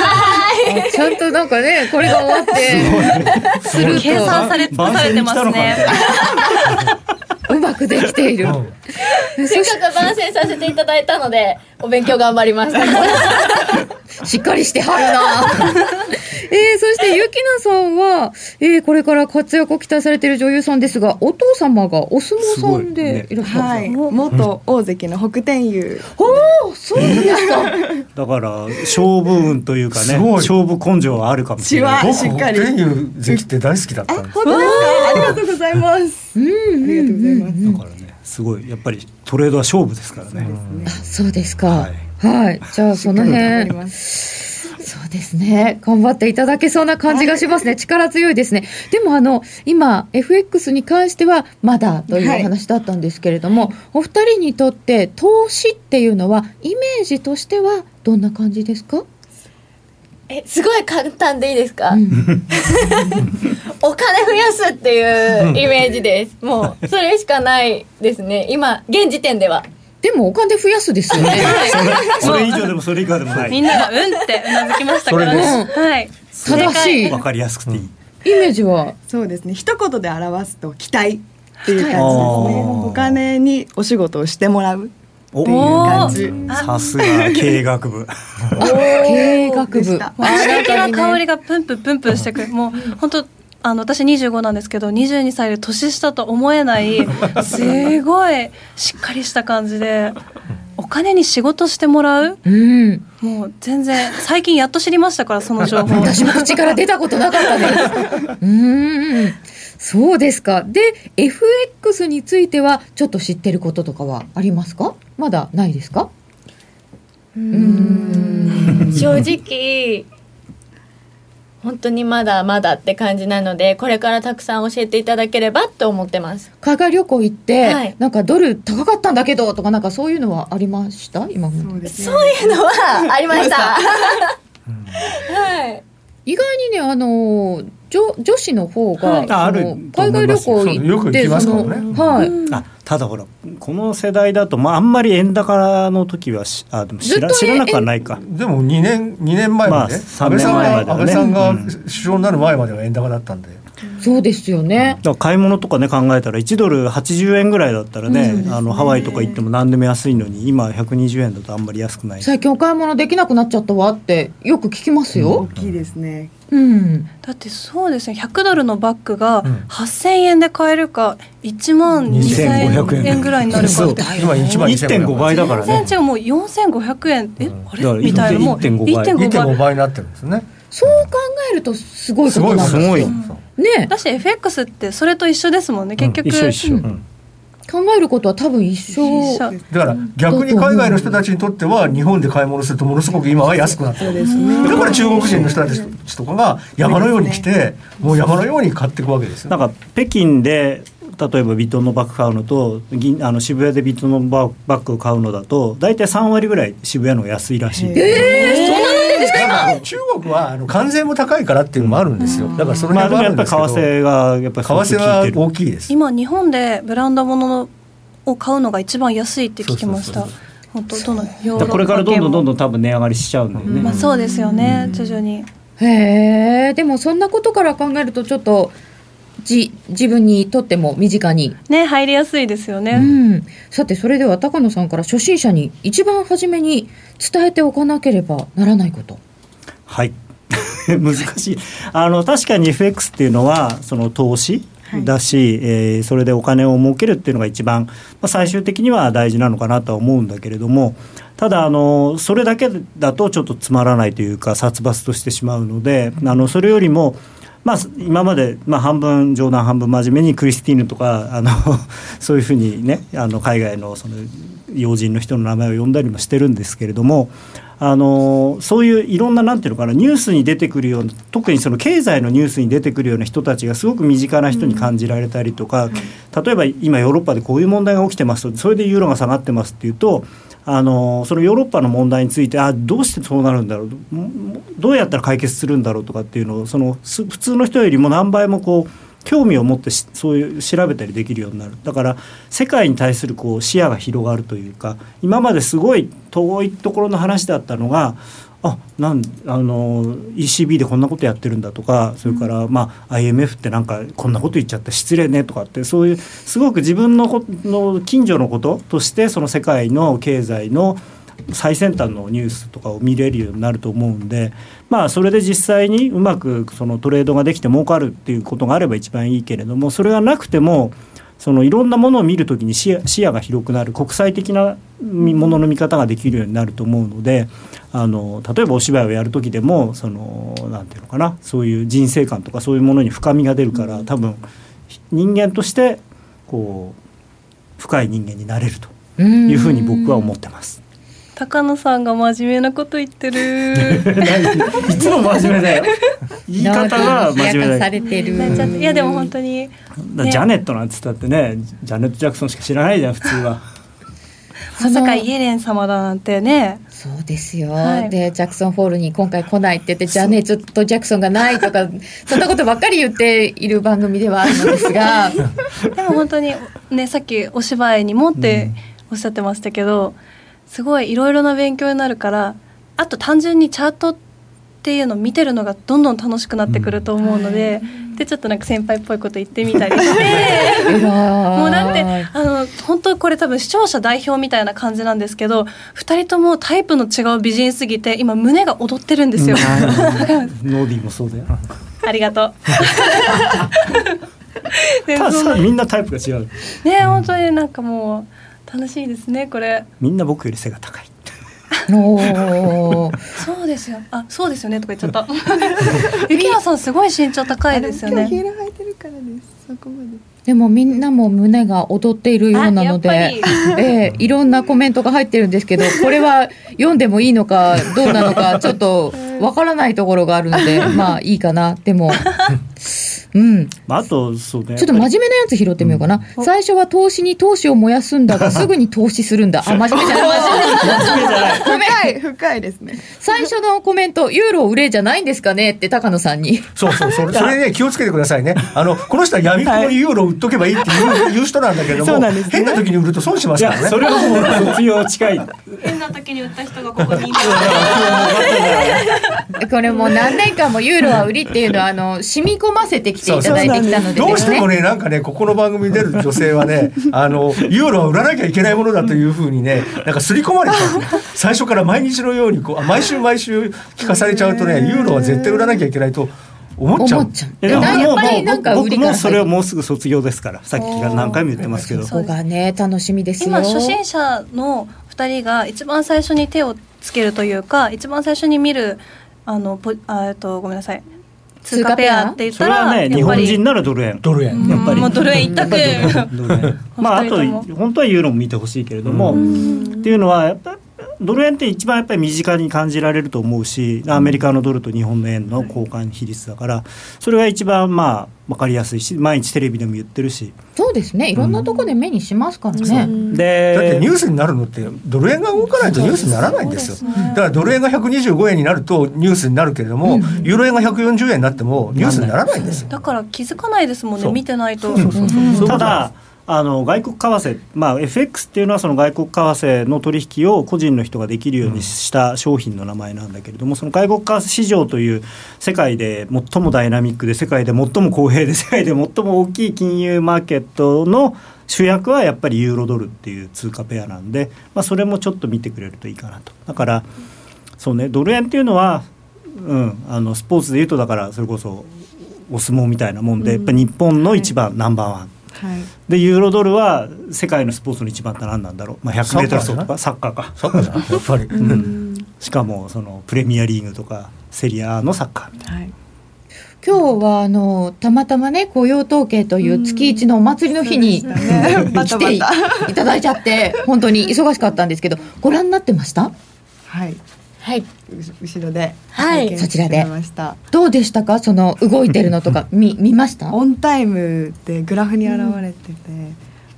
Speaker 11: い。
Speaker 10: ちゃんとなんかね、これが終わ って、する
Speaker 4: 計算され尽くされてますね
Speaker 10: と、うまくできている。
Speaker 11: せっかく番宣させていただいたので、お勉強頑張りました。
Speaker 10: しっかりしてはるなえー、そしてゆきなさんは、えー、これから活躍を期待されている女優さんですが、お父様がお相撲さんでいらっしゃるんですよ
Speaker 12: はい元大関の北天佑
Speaker 10: おお、そうなんですか。
Speaker 2: だから勝負運というかね
Speaker 3: すごい
Speaker 2: 勝負根性はあるかもしれない。
Speaker 12: 血は
Speaker 3: 僕
Speaker 12: しっかり
Speaker 3: 天佑関って大好きだったんです
Speaker 12: 本当ですかありがとうございますありがとうございます
Speaker 2: だからねすごいやっぱりトレードは勝負ですからね。
Speaker 10: そうですか
Speaker 2: はい。
Speaker 10: はい、じゃあ、その
Speaker 12: 頑張
Speaker 10: 辺
Speaker 12: り。ます
Speaker 10: そうですね。頑張っていただけそうな感じがしますね。力強いですね。でも、あの、今、FX に関しては、まだというお話だったんですけれども、お二人にとって、投資っていうのは、イメージとしては、どんな感じですかえすごい簡単でいいですか、 お金増やすっていうイメージですもうそれしかないですね今現時点では
Speaker 1: でもお金増やすですよ ね
Speaker 2: それ以上でもそれ以下でもない。
Speaker 4: みんながうんってうなずきました
Speaker 2: そ
Speaker 4: か
Speaker 2: れ
Speaker 4: ら
Speaker 2: です
Speaker 4: はい
Speaker 1: 正しい
Speaker 2: わかりやすくていい。
Speaker 1: イメージは
Speaker 12: そうですね一言で表すと期待っていう感じですね
Speaker 2: あー
Speaker 12: お金にお仕事をしてもらうっていう感じ
Speaker 2: さすが経営学部。
Speaker 1: 経営学部
Speaker 4: もう刺激の香りがプンプンプンプンしてくるもう本当あの私25なんですけど22歳で年下と思えないすごいしっかりした感じでお金に仕事してもらう
Speaker 1: うん
Speaker 4: もう全然最近やっと知りましたからその情報
Speaker 1: 私も口から出たことなかったですうーんそうですかで FX についてはちょっと知ってることとかはありますかまだないですか
Speaker 10: 正直本当にまだまだって感じなのでこれからたくさん教えていただければと思ってます
Speaker 1: 海外旅行行って、
Speaker 10: はい
Speaker 1: なんかドル高かったんだけどとかなんかそういうのはありました今そう
Speaker 10: そういうのはありましたはい
Speaker 1: 意外にねあの女女子の方が、
Speaker 2: はいああ
Speaker 1: そ
Speaker 2: る
Speaker 1: の海外旅行
Speaker 2: そうよ
Speaker 1: 行
Speaker 2: く
Speaker 1: って
Speaker 2: 行きますからね
Speaker 1: そのはい、
Speaker 2: あただほらこの世代だと、まあ、あんまり円高の時はしあでも知ら
Speaker 3: ずっと
Speaker 2: 知らなくはないか
Speaker 3: でも2年二年前まで、
Speaker 2: まあ
Speaker 3: 安倍さ
Speaker 2: 三年
Speaker 3: ん
Speaker 2: 前ま
Speaker 3: が
Speaker 2: ではね
Speaker 3: 安倍さんが首相になる前までは円高だったんで、
Speaker 1: そうですよね
Speaker 2: だから買い物とかね考えたら1ドル80円ぐらいだったらね,、あのハワイとか行っても何でも安いのに今120円だとあんまり安くない
Speaker 1: 最近お買い物できなくなっちゃったわってよく聞きますよ、大
Speaker 12: きいですね
Speaker 1: うん
Speaker 4: だってそうですね100ドルのバッグが8000円で買えるか1万2000円ぐらいになるか
Speaker 2: そう
Speaker 4: って
Speaker 2: 今1万1.5倍だからね
Speaker 4: 全然違うもう4500円えあ
Speaker 2: だから
Speaker 4: れみたいなもう
Speaker 2: 1.5倍
Speaker 4: 1.5
Speaker 3: 倍になってるんですね
Speaker 1: そう考えるとすごいことなんですよね
Speaker 4: だし FX ってそれと一緒ですもんね結局、
Speaker 2: うん
Speaker 1: 考えることは多分一緒
Speaker 4: 一緒
Speaker 3: だから逆に海外の人たちにとっては日本で買い物するとものすごく今は安くなってるだから中国人の人たちとかが山のように来てもう山のように買っていくわけですよ
Speaker 2: なんか北京で例えばビットのバッグ買うのと銀あの渋谷でビットのバッグ買うのだと大体3割ぐらい渋谷の方が安いらしい。
Speaker 1: えそんなことですか
Speaker 3: 今中国はあの関税も高いからっていうのもあるんですよだからその辺もあるんですけど、
Speaker 2: まあでもやっぱり為替がやっぱりすごく
Speaker 3: 為替
Speaker 2: 効い
Speaker 3: は
Speaker 2: てる
Speaker 3: 大きいです
Speaker 4: 今日本でブランド物のを買うのが一番安いって聞きました本当どのヨーロッパ系も
Speaker 2: これからどんどんどんどん多分値上がりしちゃうんだよね。
Speaker 4: まあそうですよね徐々に
Speaker 1: へえでもそんなことから考えるとちょっとじ自分にとっても身近に、
Speaker 4: ね入りやすいですよね、
Speaker 1: うん、さてそれでは高野さんから初心者に一番初めに伝えておかなければならないこと
Speaker 2: はい。 難しい。あの確かに FX っていうのはその投資だし、えーそれでお金を儲けるっていうのが一番、まあ、最終的には大事なのかなとは思うんだけれども、ただあのそれだけだとちょっとつまらないというか殺伐としてしまうので、あのそれよりも。まあ、今まで、まあ、半分冗談半分真面目にクリスティーヌとかあの そういうふうにねあの海外のその要人の人の名前を呼んだりもしてるんですけれどもあのそういういろんななんていうのかなニュースに出てくるような特にその経済のニュースに出てくるような人たちがすごく身近な人に感じられたりとか、例えば今ヨーロッパでこういう問題が起きてますとそれでユーロが下がってますっていうと。あのそのヨーロッパの問題についてあどうしてそうなるんだろうももどうやったら解決するんだろうとかっていうのをそのす普通の人よりも何倍もこう興味を持ってしそういう調べたりできるようになるだから世界に対するこう視野が広がるというか今まですごい遠いところの話だったのがあなんあの ECB でこんなことやってるんだとかそれから、まあ、IMF ってなんかこんなこと言っちゃって失礼ねとかってそういうすごく自分のこの近所のこととしてその世界の経済の最先端のニュースとかを見れるようになると思うんで、まあ、それで実際にうまくそのトレードができて儲かるっていうことがあれば一番いいけれどもそれがなくてもそのいろんなものを見るときに視野視野が広くなる国際的なみものの見方ができるようになると思うのであの例えばお芝居をやる時でもそのなんていうのかなそういう人生観とかそういうものに深みが出るから多分人間としてこう深い人間になれるというふうに僕は思って ます。
Speaker 4: 高野さんが真面目なこと言ってる
Speaker 2: いつも真面目だよ。 言い方が真面目だよ。
Speaker 1: てる
Speaker 4: なっちゃっていやでも本当に
Speaker 2: だジャネットなんつったってね、ジャネット・ジャクソンしか知らないじゃん、普通は。
Speaker 4: まさかイエレン様だなんてね
Speaker 10: そうですよ、でジャクソンホールに今回来ないって言ってじゃあねちょっとジャクソンがないとかそんなことばっかり言っている番組ではあるので すが
Speaker 4: でも本当にねさっきお芝居にもっておっしゃってましたけど、すごいいろいろな勉強になるからあと単純にチャートっていうのを見てるのがどんどん楽しくなってくると思うので、でちょっとなんか先輩っぽいこと言ってみたりして
Speaker 10: 偉い
Speaker 4: もうだってあの本当これ多分視聴者代表みたいな感じなんですけど2人ともタイプの違う美人すぎて今胸が踊ってるんですよ。
Speaker 2: ノーディーもそうだよ。
Speaker 4: あり がとう。ね
Speaker 2: ただ
Speaker 4: そんな
Speaker 2: さみんなタイプが違う。
Speaker 4: ね本当になんかもう楽しいですねこれ。
Speaker 2: みんな僕より背が高い。
Speaker 10: お
Speaker 4: そうですよ。あ、そうですよねとか言っちゃった。 ゆきらさんすごい身長高いですよね。
Speaker 12: ヒール履いてるからです。そこまで。
Speaker 10: でもみんなも胸が踊っているようなので、
Speaker 4: あやっ
Speaker 10: ええいろんなコメントが入ってるんですけどこれは読んでもいいのかどうなのかちょっとわからないところがあるのでまあいいかなでもうん。
Speaker 2: まああとそうね。
Speaker 10: ちょっと真面目なやつ拾ってみようかな、最初は投資に投資を燃やすんだがすぐに投資するんだあ真面目じゃない真面目じゃないごめん
Speaker 12: 深い深いですね。
Speaker 10: 最初のコメント「ユーロ売れじゃないんですかね?」って高野さんに
Speaker 3: そうそ うそれそれね気をつけてくださいねあのこの人は闇雲のユーロ売っとけばいいっていう,、いう人なんだけど
Speaker 2: そう
Speaker 3: も
Speaker 2: なんですね
Speaker 3: 変な時に売ると損しますから
Speaker 2: い
Speaker 3: ね
Speaker 2: やそれはもう卒業近い。
Speaker 13: 変な時に売った人がここにいる。
Speaker 10: これもう何年間もユーロは売りっていうのはあの染み込ませてきていただいてきたので
Speaker 3: どうしても
Speaker 10: ね
Speaker 3: ねなんかねここの番組に出る女性は ねあのユーロは売らなきゃいけないものだというふうにねなんか刷り込まれちゃうね最初から毎日のようにこうあ毎週毎週聞かされちゃうとねユーロは絶対売らなきゃいけないと思っちゃう
Speaker 2: えでも
Speaker 10: やっぱり
Speaker 2: もう
Speaker 10: なんか
Speaker 2: 僕
Speaker 10: 売り
Speaker 2: 僕
Speaker 10: から
Speaker 2: もそれはもうすぐ卒業ですから。さっきから何回も言ってますけど。
Speaker 10: そこがね楽しみですよ
Speaker 4: 今初心者の二人が一番最初に手をつけるというか、一番最初に見るあのポあえっとごめんなさい。通貨ペアって言っ
Speaker 2: そ
Speaker 4: た
Speaker 2: れは
Speaker 4: ら、
Speaker 2: ね
Speaker 4: や
Speaker 2: 日
Speaker 4: っぱ
Speaker 2: 本
Speaker 4: り
Speaker 2: 人ならドル円。ドル円やっぱり。
Speaker 4: もうドル円一択。
Speaker 2: まああ
Speaker 4: 二
Speaker 2: と
Speaker 4: 人とも
Speaker 2: 本当はユーロも見てほしいけれども、っていうのはやっぱドル円って一番やっぱり身近に感じられると思うしアメリカのドルと日本の円の交換比率だからそれが一番まあ分かりやすいし毎日テレビでも言ってるし。
Speaker 10: そうですねいろんなとこで目にしますからね、
Speaker 2: で
Speaker 3: だってニュースになるのってドル円が動かないとニュースにならないんですよだからドル円が125円になるとニュースになるけれども、ユーロ円が140円になってもニュースにならないんですよ
Speaker 4: だから気づかないですもんね。
Speaker 2: そう
Speaker 4: 見てないと。
Speaker 2: ただあの外国為替、まあ、FX っていうのはその外国為替の取引を個人の人ができるようにした商品の名前なんだけれども、その外国為替市場という世界で最もダイナミックで世界で最も公平で世界で最も大きい金融マーケットの主役はやっぱりユーロドルっていう通貨ペアなんで、まあ、それもちょっと見てくれるといいかなと。だからそうねドル円っていうのは、うん、あのスポーツでいうとだからそれこそお相撲みたいなもんで、やっぱ日本の一番、ナンバーワン
Speaker 12: はい。
Speaker 2: でユーロドルは世界のスポーツの一番って何なんだろう、まあ、100m 走とかサッカーか
Speaker 3: サッカーじゃんやっぱり、
Speaker 2: しかもそのプレミアリーグとかセリアのサッカーみたい
Speaker 12: はい
Speaker 10: 今日はあのたまたまね雇用統計という月一のお祭りの日に、 来ていただいちゃって本当に忙しかったんですけどご覧になってました
Speaker 12: はい。
Speaker 10: はい。
Speaker 12: 後ろで。
Speaker 10: はい
Speaker 12: 拝見
Speaker 10: そちらで
Speaker 12: してました。
Speaker 10: どうでしたかその動いてるのとか見見ました
Speaker 12: オンタイムでグラフに現れてて、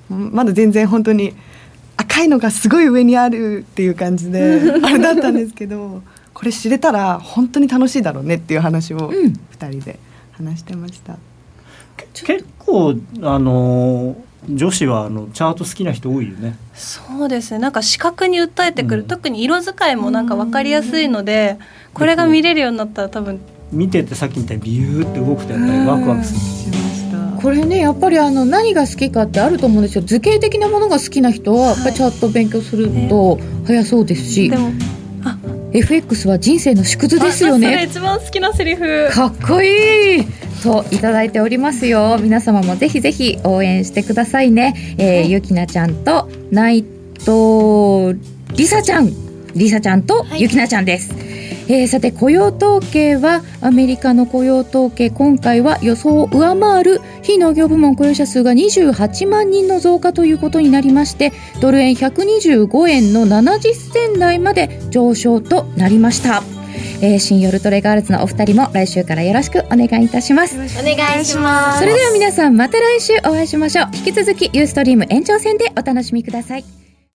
Speaker 12: まだ全然本当に赤いのがすごい上にあるっていう感じであれだったんですけどこれ知れたら本当に楽しいだろうねっていう話を2人で話してました、
Speaker 2: な結構あのー女子はあのチャート好きな人多いよね
Speaker 4: そうですねなんか視覚に訴えてくる、特に色使いもなんか分かりやすいので、これが見れるようになったら多分
Speaker 2: 見ててさっきみたいにビューって動くとやっぱりワクワクする
Speaker 10: これねやっぱりあの何が好きかってあると思うんですよ図形的なものが好きな人はやっぱりチャット勉強すると早そうですし、FX は人生の縮図ですよ
Speaker 4: あそれ
Speaker 10: ね
Speaker 4: 一番好きなセリフ
Speaker 10: かっこいいといただいておりますよ皆様もぜひぜひ応援してくださいね、えーゆきなちゃんと内藤りさちゃんりさちゃんとゆきなちゃんです、えーさて雇用統計はアメリカの雇用統計今回は予想を上回る非農業部門雇用者数が28万人の増加ということになりましてドル円125円の70銭台まで上昇となりました、えー、新夜トレガールズのお二人も来週からよろしくお願いいたします
Speaker 14: お願いします
Speaker 10: それでは皆さんまた来週お会いしましょう引き続きユーストリーム延長戦でお楽しみください